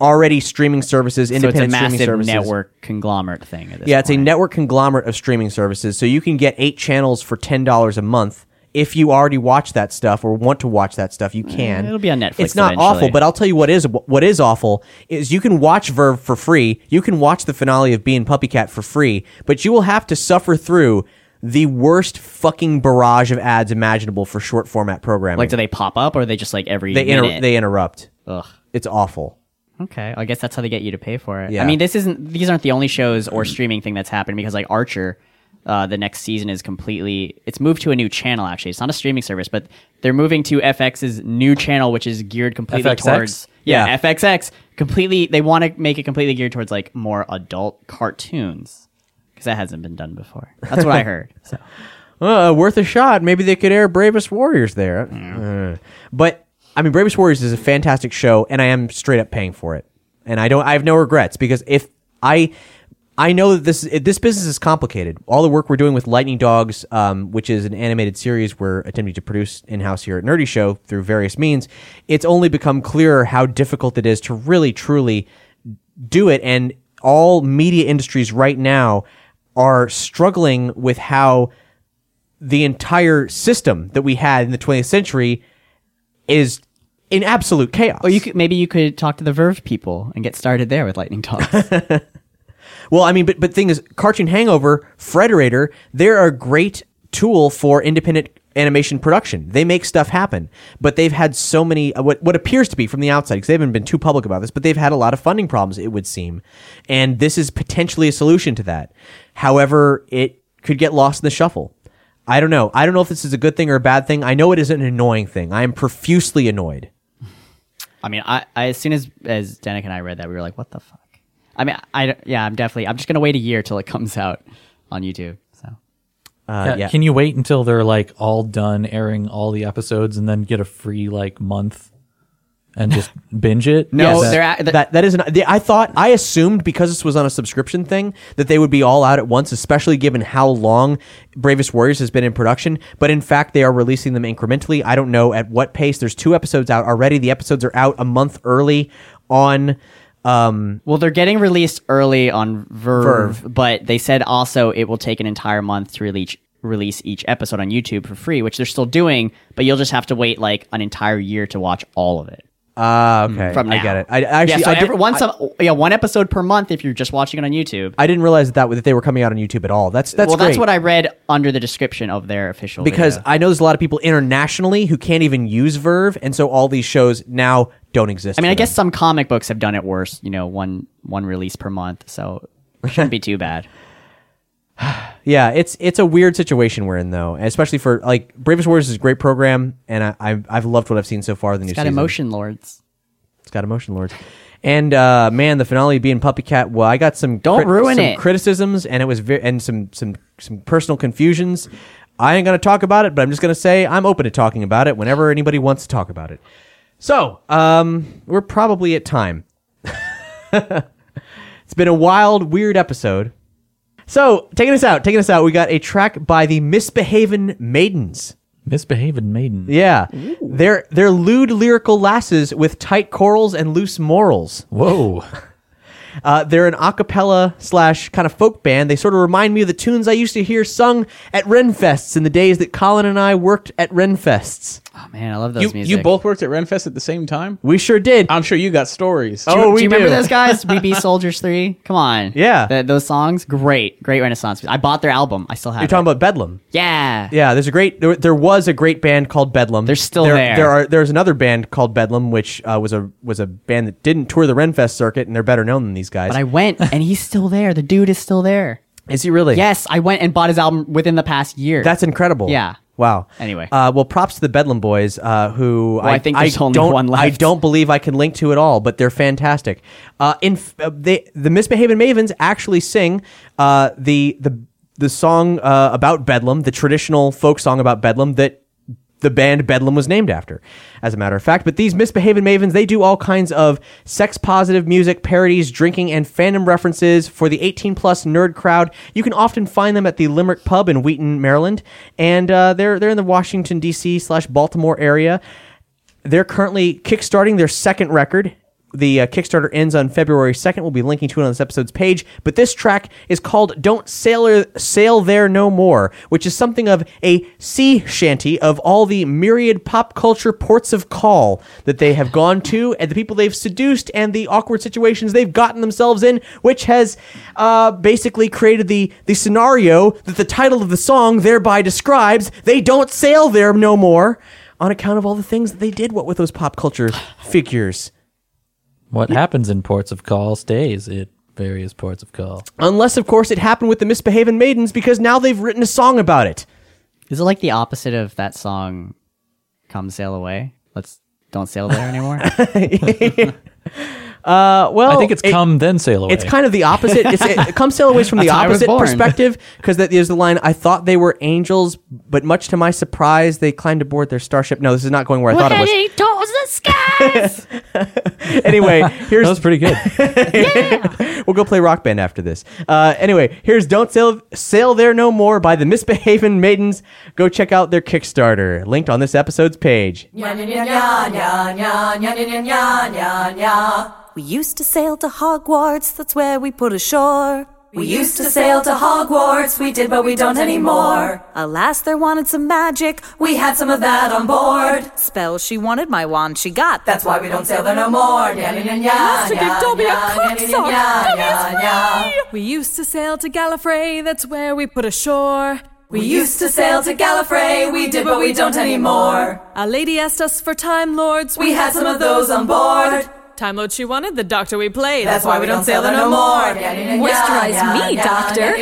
already streaming services, So it's a independent streaming massive services. network conglomerate thing. At this Yeah, it's a point. network conglomerate of streaming services. So you can get eight channels for ten dollars a month. If you already watch that stuff or want to watch that stuff, you can. Eh, it'll be on Netflix It's not eventually. awful, but I'll tell you what is what is awful is you can watch Verve for free. You can watch the finale of Being Puppy Cat for free, but you will have to suffer through the worst fucking barrage of ads imaginable for short format programming. like, do they pop up or are they just like every they inter- minute? they interrupt. Ugh. It's awful. Okay, I guess that's how they get you to pay for it. I Yeah. mean, this isn't; these aren't the only shows or streaming thing that's happened because, like Archer, uh, the next season is completely it's moved to a new channel. Actually, it's not a streaming service, but they're moving to FX's new channel, which is geared completely FXX? towards yeah, Yeah. FXX. Completely, they want to make it completely geared towards like more adult cartoons because that hasn't been done before. That's what I heard. So uh, worth a shot. Maybe they could air Bravest Warriors there. Uh, but I mean, Bravest Warriors is a fantastic show, and I am straight up paying for it, and I don't. I have no regrets because if I. I know that this this business is complicated. All the work we're doing with Lightning Dogs, um, which is an animated series we're attempting to produce in house here at Nerdy Show through various means, it's only become clearer how difficult it is to really truly do it. And all media industries right now are struggling with how the entire system that we had in the 20th century is in absolute chaos. Well, you could, maybe you could talk to the Verve people and get started there with Lightning Talks. Well, I mean, but but thing is, Cartoon Hangover, Frederator, they're a great tool for independent animation production. They make stuff happen, but they've had so many uh, what what appears to be from the outside because they haven't been too public about this, but they've had a lot of funding problems, it would seem, and this is potentially a solution to that. However, it could get lost in the shuffle. I don't know. I don't know if this is a good thing or a bad thing. I know it is an annoying thing. I am profusely annoyed. I mean, I, I as soon as as Danik and I read that, we were like, "What the fuck?" I mean, I don't- yeah, I'm definitely. I'm just gonna wait a year till it comes out on YouTube. So Uh, yeah. Can you wait until they're like all done airing all the episodes and then get a free like month [LAUGHS] and just binge it? no, That- they're at, they're- that that is an. the- I thought I assumed because this was on a subscription thing that they would be all out at once, especially given how long Bravest Warriors has been in production. But in fact, they are releasing them incrementally. I don't know at what pace. There's two episodes out already. The episodes are out a month early on. Um, well, they're getting released early on Verve, but they said also it will take an entire month to release release each episode on YouTube for free, which they're still doing. But you'll just have to wait like an entire year to watch all of it. uh, okay, From I now. get it. I, actually yeah, so I did, every, once a- yeah, one episode per month if you're just watching it on YouTube. I didn't realize that that they were coming out on YouTube at all. That's that's well, that's great. what I read under the description of their official. because video. I know there's a lot of people internationally who can't even use Verve, and so all these shows now don't exist. I mean, for I them. guess some comic books have done it worse. You know, one one release per month, so it shouldn't be [LAUGHS] too bad. Yeah, it's it's a weird situation we're in though, especially for like Bravest Warriors is a great program, and I, I've I've loved what I've seen so far. The new Got season. emotion lords. It's got emotion, Lord. And uh, man, the finale being Puppy Cat. Well, I got some Don't ruin some it. criticisms, and it was very and some some some personal confusions. I ain't gonna talk about it, but I'm just gonna say I'm open to talking about it whenever anybody wants to talk about it. So, um, we're probably at time. [LAUGHS] it's been a wild, weird episode. So, taking us out, taking us out, we got a track by the Misbehaven Maidens. misbehaving maiden. Yeah. They're they're lewd lyrical lasses with tight corals and loose morals. Whoa. Uh, they're an a cappella slash kind of folk band. They sort of remind me of the tunes I used to hear sung at Renfests in the days that Colin and I worked at Renfests. Oh man, I love those You, music. you both worked at Renfest at the same time? We sure did. I'm sure you got stories. Oh, Do you, we do you do. remember those [LAUGHS] guys? We Be Soldiers Three. Come on. Yeah. Th- those songs, great, great Renaissance. I bought their album. I still have. You're talking about Bedlam. yeah. Yeah, there's a great. There, there was a great band called Bedlam. They're still there. there. are there's another band called Bedlam, which uh, was a was a band that didn't tour the Renfest circuit, and they're better known than these guys. But I went, and he's still there. The dude is still there. Is he really? Yes, I went and bought his album within the past year. That's incredible. Yeah. Wow. Anyway. Uh, well, props to the Bedlam Boys, uh, who I think there's only don't, one left. I don't believe I can link to at all, but they're fantastic. Uh, in f- uh, they, the Misbehaving Mavens actually sing uh, the the the song uh, about Bedlam, the traditional folk song about Bedlam that the band Bedlam was named after, as a matter of fact. But these misbehaving mavens, they do all kinds of sex positive music, parodies, drinking, and fandom references for the 18 plus nerd crowd. You can often find them at the Limerick Pub in Wheaton, Maryland, and uh, they're they're in the Washington D.C. slash Baltimore area. They're currently kickstarting their second record. The uh, Kickstarter ends on February 2nd. We'll be linking to it on this episode's page. But this track is called Don't Sailor, Sail There No More, which is something of a sea shanty of all the myriad pop culture ports of call that they have gone to and the people they've seduced and the awkward situations they've gotten themselves in, which has uh, basically created the, the scenario that the title of the song thereby describes They Don't Sail There No More on account of all the things that they did what with those pop culture [GASPS] figures What happens in ports of call stays at various ports of call. unless of course it happened with the misbehaving maidens because now they've written a song about it Is it like the opposite of that song, [LAUGHS] "Come Sail Away"? Let's don't sail there anymore. Uh, Oh, well, I think it's it- come then sail away. It's kind of the opposite. It's, it comes sail away [LAUGHS] from the That's how I was opposite born. perspective because that is the line. I thought they were angels, but much to my surprise, they climbed aboard their starship. No, this is not going where I thought it was. towards the skies. [LAUGHS] Anyway, here's that was pretty good. [LAUGHS] we'll go play rock band after this. Uh, anyway, here's "Don't Sail Sail There No More" by the Misbehavin' Maidens. Go check out their Kickstarter, linked on this episode's page. we used to sail to Hogwarts. That's where we put ashore. We used to sail to Hogwarts. We did, but we don't anymore. Alas, there wanted some magic. We had some of that on board. Spell she wanted, my wand she got. That's why we don't sail there no more. We used to sail to Gallifrey, that's where we put ashore. We used to sail to Gallifrey. We did, but we don't anymore. A lady asked us for Time Lords. We had some of those on board. Time Lord she wanted, the doctor we played. That's why we don't sail there no more. Moisturize me, doctor.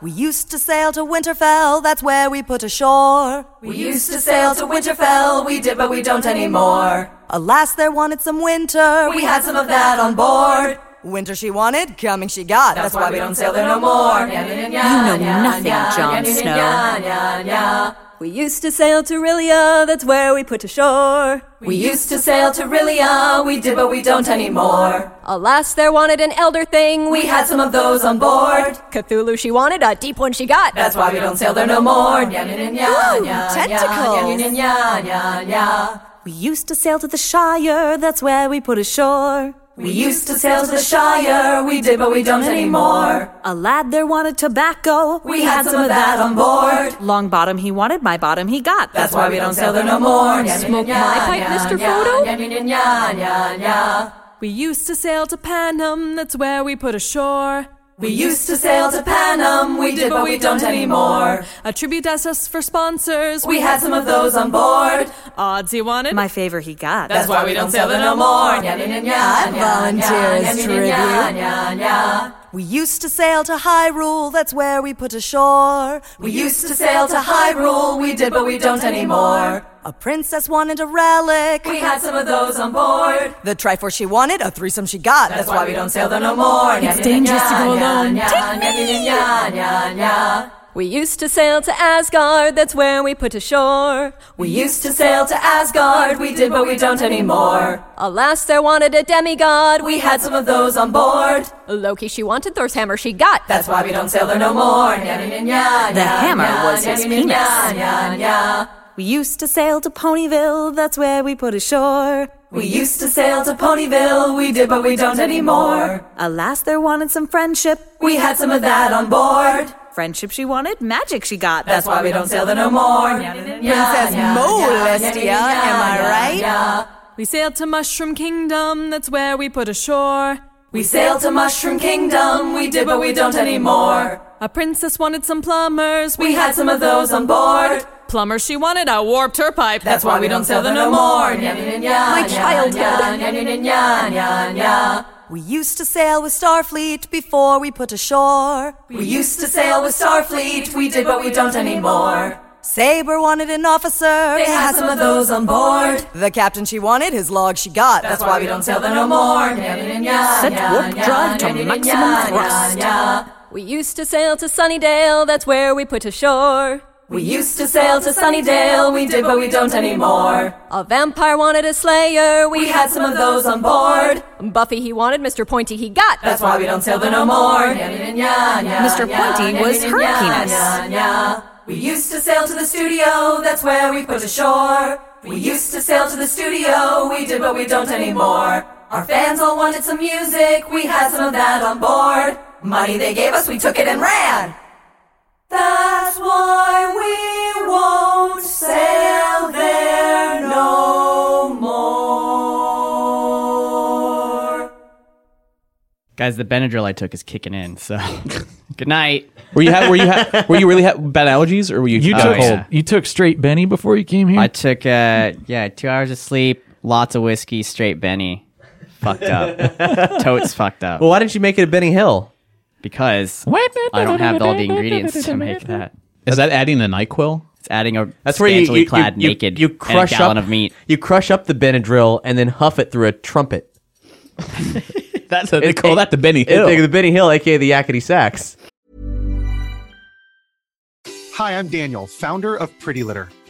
We used to sail to Winterfell, that's where we put ashore. We used to sail to Winterfell, we did, but we don't anymore. Alas, there wanted some winter. We had some of that on board. Winter she wanted, coming she got. That's, why we don't sail there no more. You know nothing, Jon Snow. We used to sail to Rilia, that's where we put ashore. We used to sail to Rilia, we did, but we don't anymore. Alas, there wanted an elder thing. We had some of those on board. Cthulhu she wanted, a deep one she got. That's why we don't sail there no more. Ooh, tentacles. We used to sail to the Shire, that's where we put ashore. We used to sail to the Shire, we did, but we don't anymore. A lad there wanted tobacco. We had some of that on board. Long bottom he wanted, my bottom he got. That's why we don't sail there no more. Smoke my pipe, Mr. Frodo. Frodo? We used to sail to Panem, that's where we put ashore. We used to sail to Panem, we did, but we don't anymore. A tribute asked us for sponsors. We had some of those on board. odds he wanted. My favor he got. That's why we don't sail there no more. Volunteers tribute. We used to sail to Hyrule, that's where we put ashore. We used to sail to Hyrule, we did, but we don't anymore. A princess wanted a relic. We had some of those on board. The Triforce she wanted, a threesome she got. That's why we don't sail there no more. It's dangerous to go alone. Take We used to sail to Asgard. That's where we put ashore. We used to sail to Asgard, we did, but we don't anymore. Alas, there wanted a demigod. We had some of those on board. Loki she wanted, Thor's hammer she got. That's why we don't sail there no more. The hammer was his penis. We used to sail to Ponyville, that's where we put ashore. We used to sail to Ponyville, we did, but we don't anymore. Alas, there wanted some friendship. We had some of that on board. Friendship she wanted, magic she got. That's why we don't sail there no more. Princess Molestia, am I right? We sailed to Mushroom Kingdom, that's where we put ashore. We sailed to Mushroom Kingdom, we did, but we don't anymore. A princess wanted some plumbers. We had some of those on board. Plumber she wanted, I warped her pipe. That's why we don't sell them no more. My childhood. We used to sail with Starfleet before we put ashore. We used to sail with Starfleet, we did, but we don't anymore. Saber wanted an officer. They had some of those on board. The captain she wanted, his log she got. That's why we don't sail them no more. Set warp drive to maximum thrust. We used to sail to Sunnydale. That's where we put ashore. We used to sail to Sunnydale, we did, but we don't anymore. A vampire wanted a slayer. We had some of those on board. Buffy he wanted, Mr. Pointy he got. That's why we don't sail there no more. Mr. Pointy was her penis. We used to sail to the studio, that's where we put ashore. We used to sail to the studio, we did, but we don't anymore. Our fans all wanted some music, we had some of that on board. Money they gave us, we took it and ran. That's why we won't sail there no more. Guys, the Benadryl I took is kicking in, so [LAUGHS] good night. Oh, Were you ha- were you ha- were you really ha- bad allergies or were you? uh, You just took cold? yeah. you took straight Benny before you came here. I took uh yeah, two hours of sleep, lots of whiskey, straight Benny. Fucked [LAUGHS] up. Totes fucked up. Well, why didn't you make it a Benny Hill? because I don't have all the ingredients to make that. Is that adding a Nyquil? It's adding a That's where you, scantily you, clad you, naked you, you and a crush gallon up of meat. You crush up the Benadryl and then huff it through a trumpet. That's a, they call that the Benny Hill. The Benny Hill, aka the Yakety Sax. Hi, I'm Daniel, founder of Pretty Litter.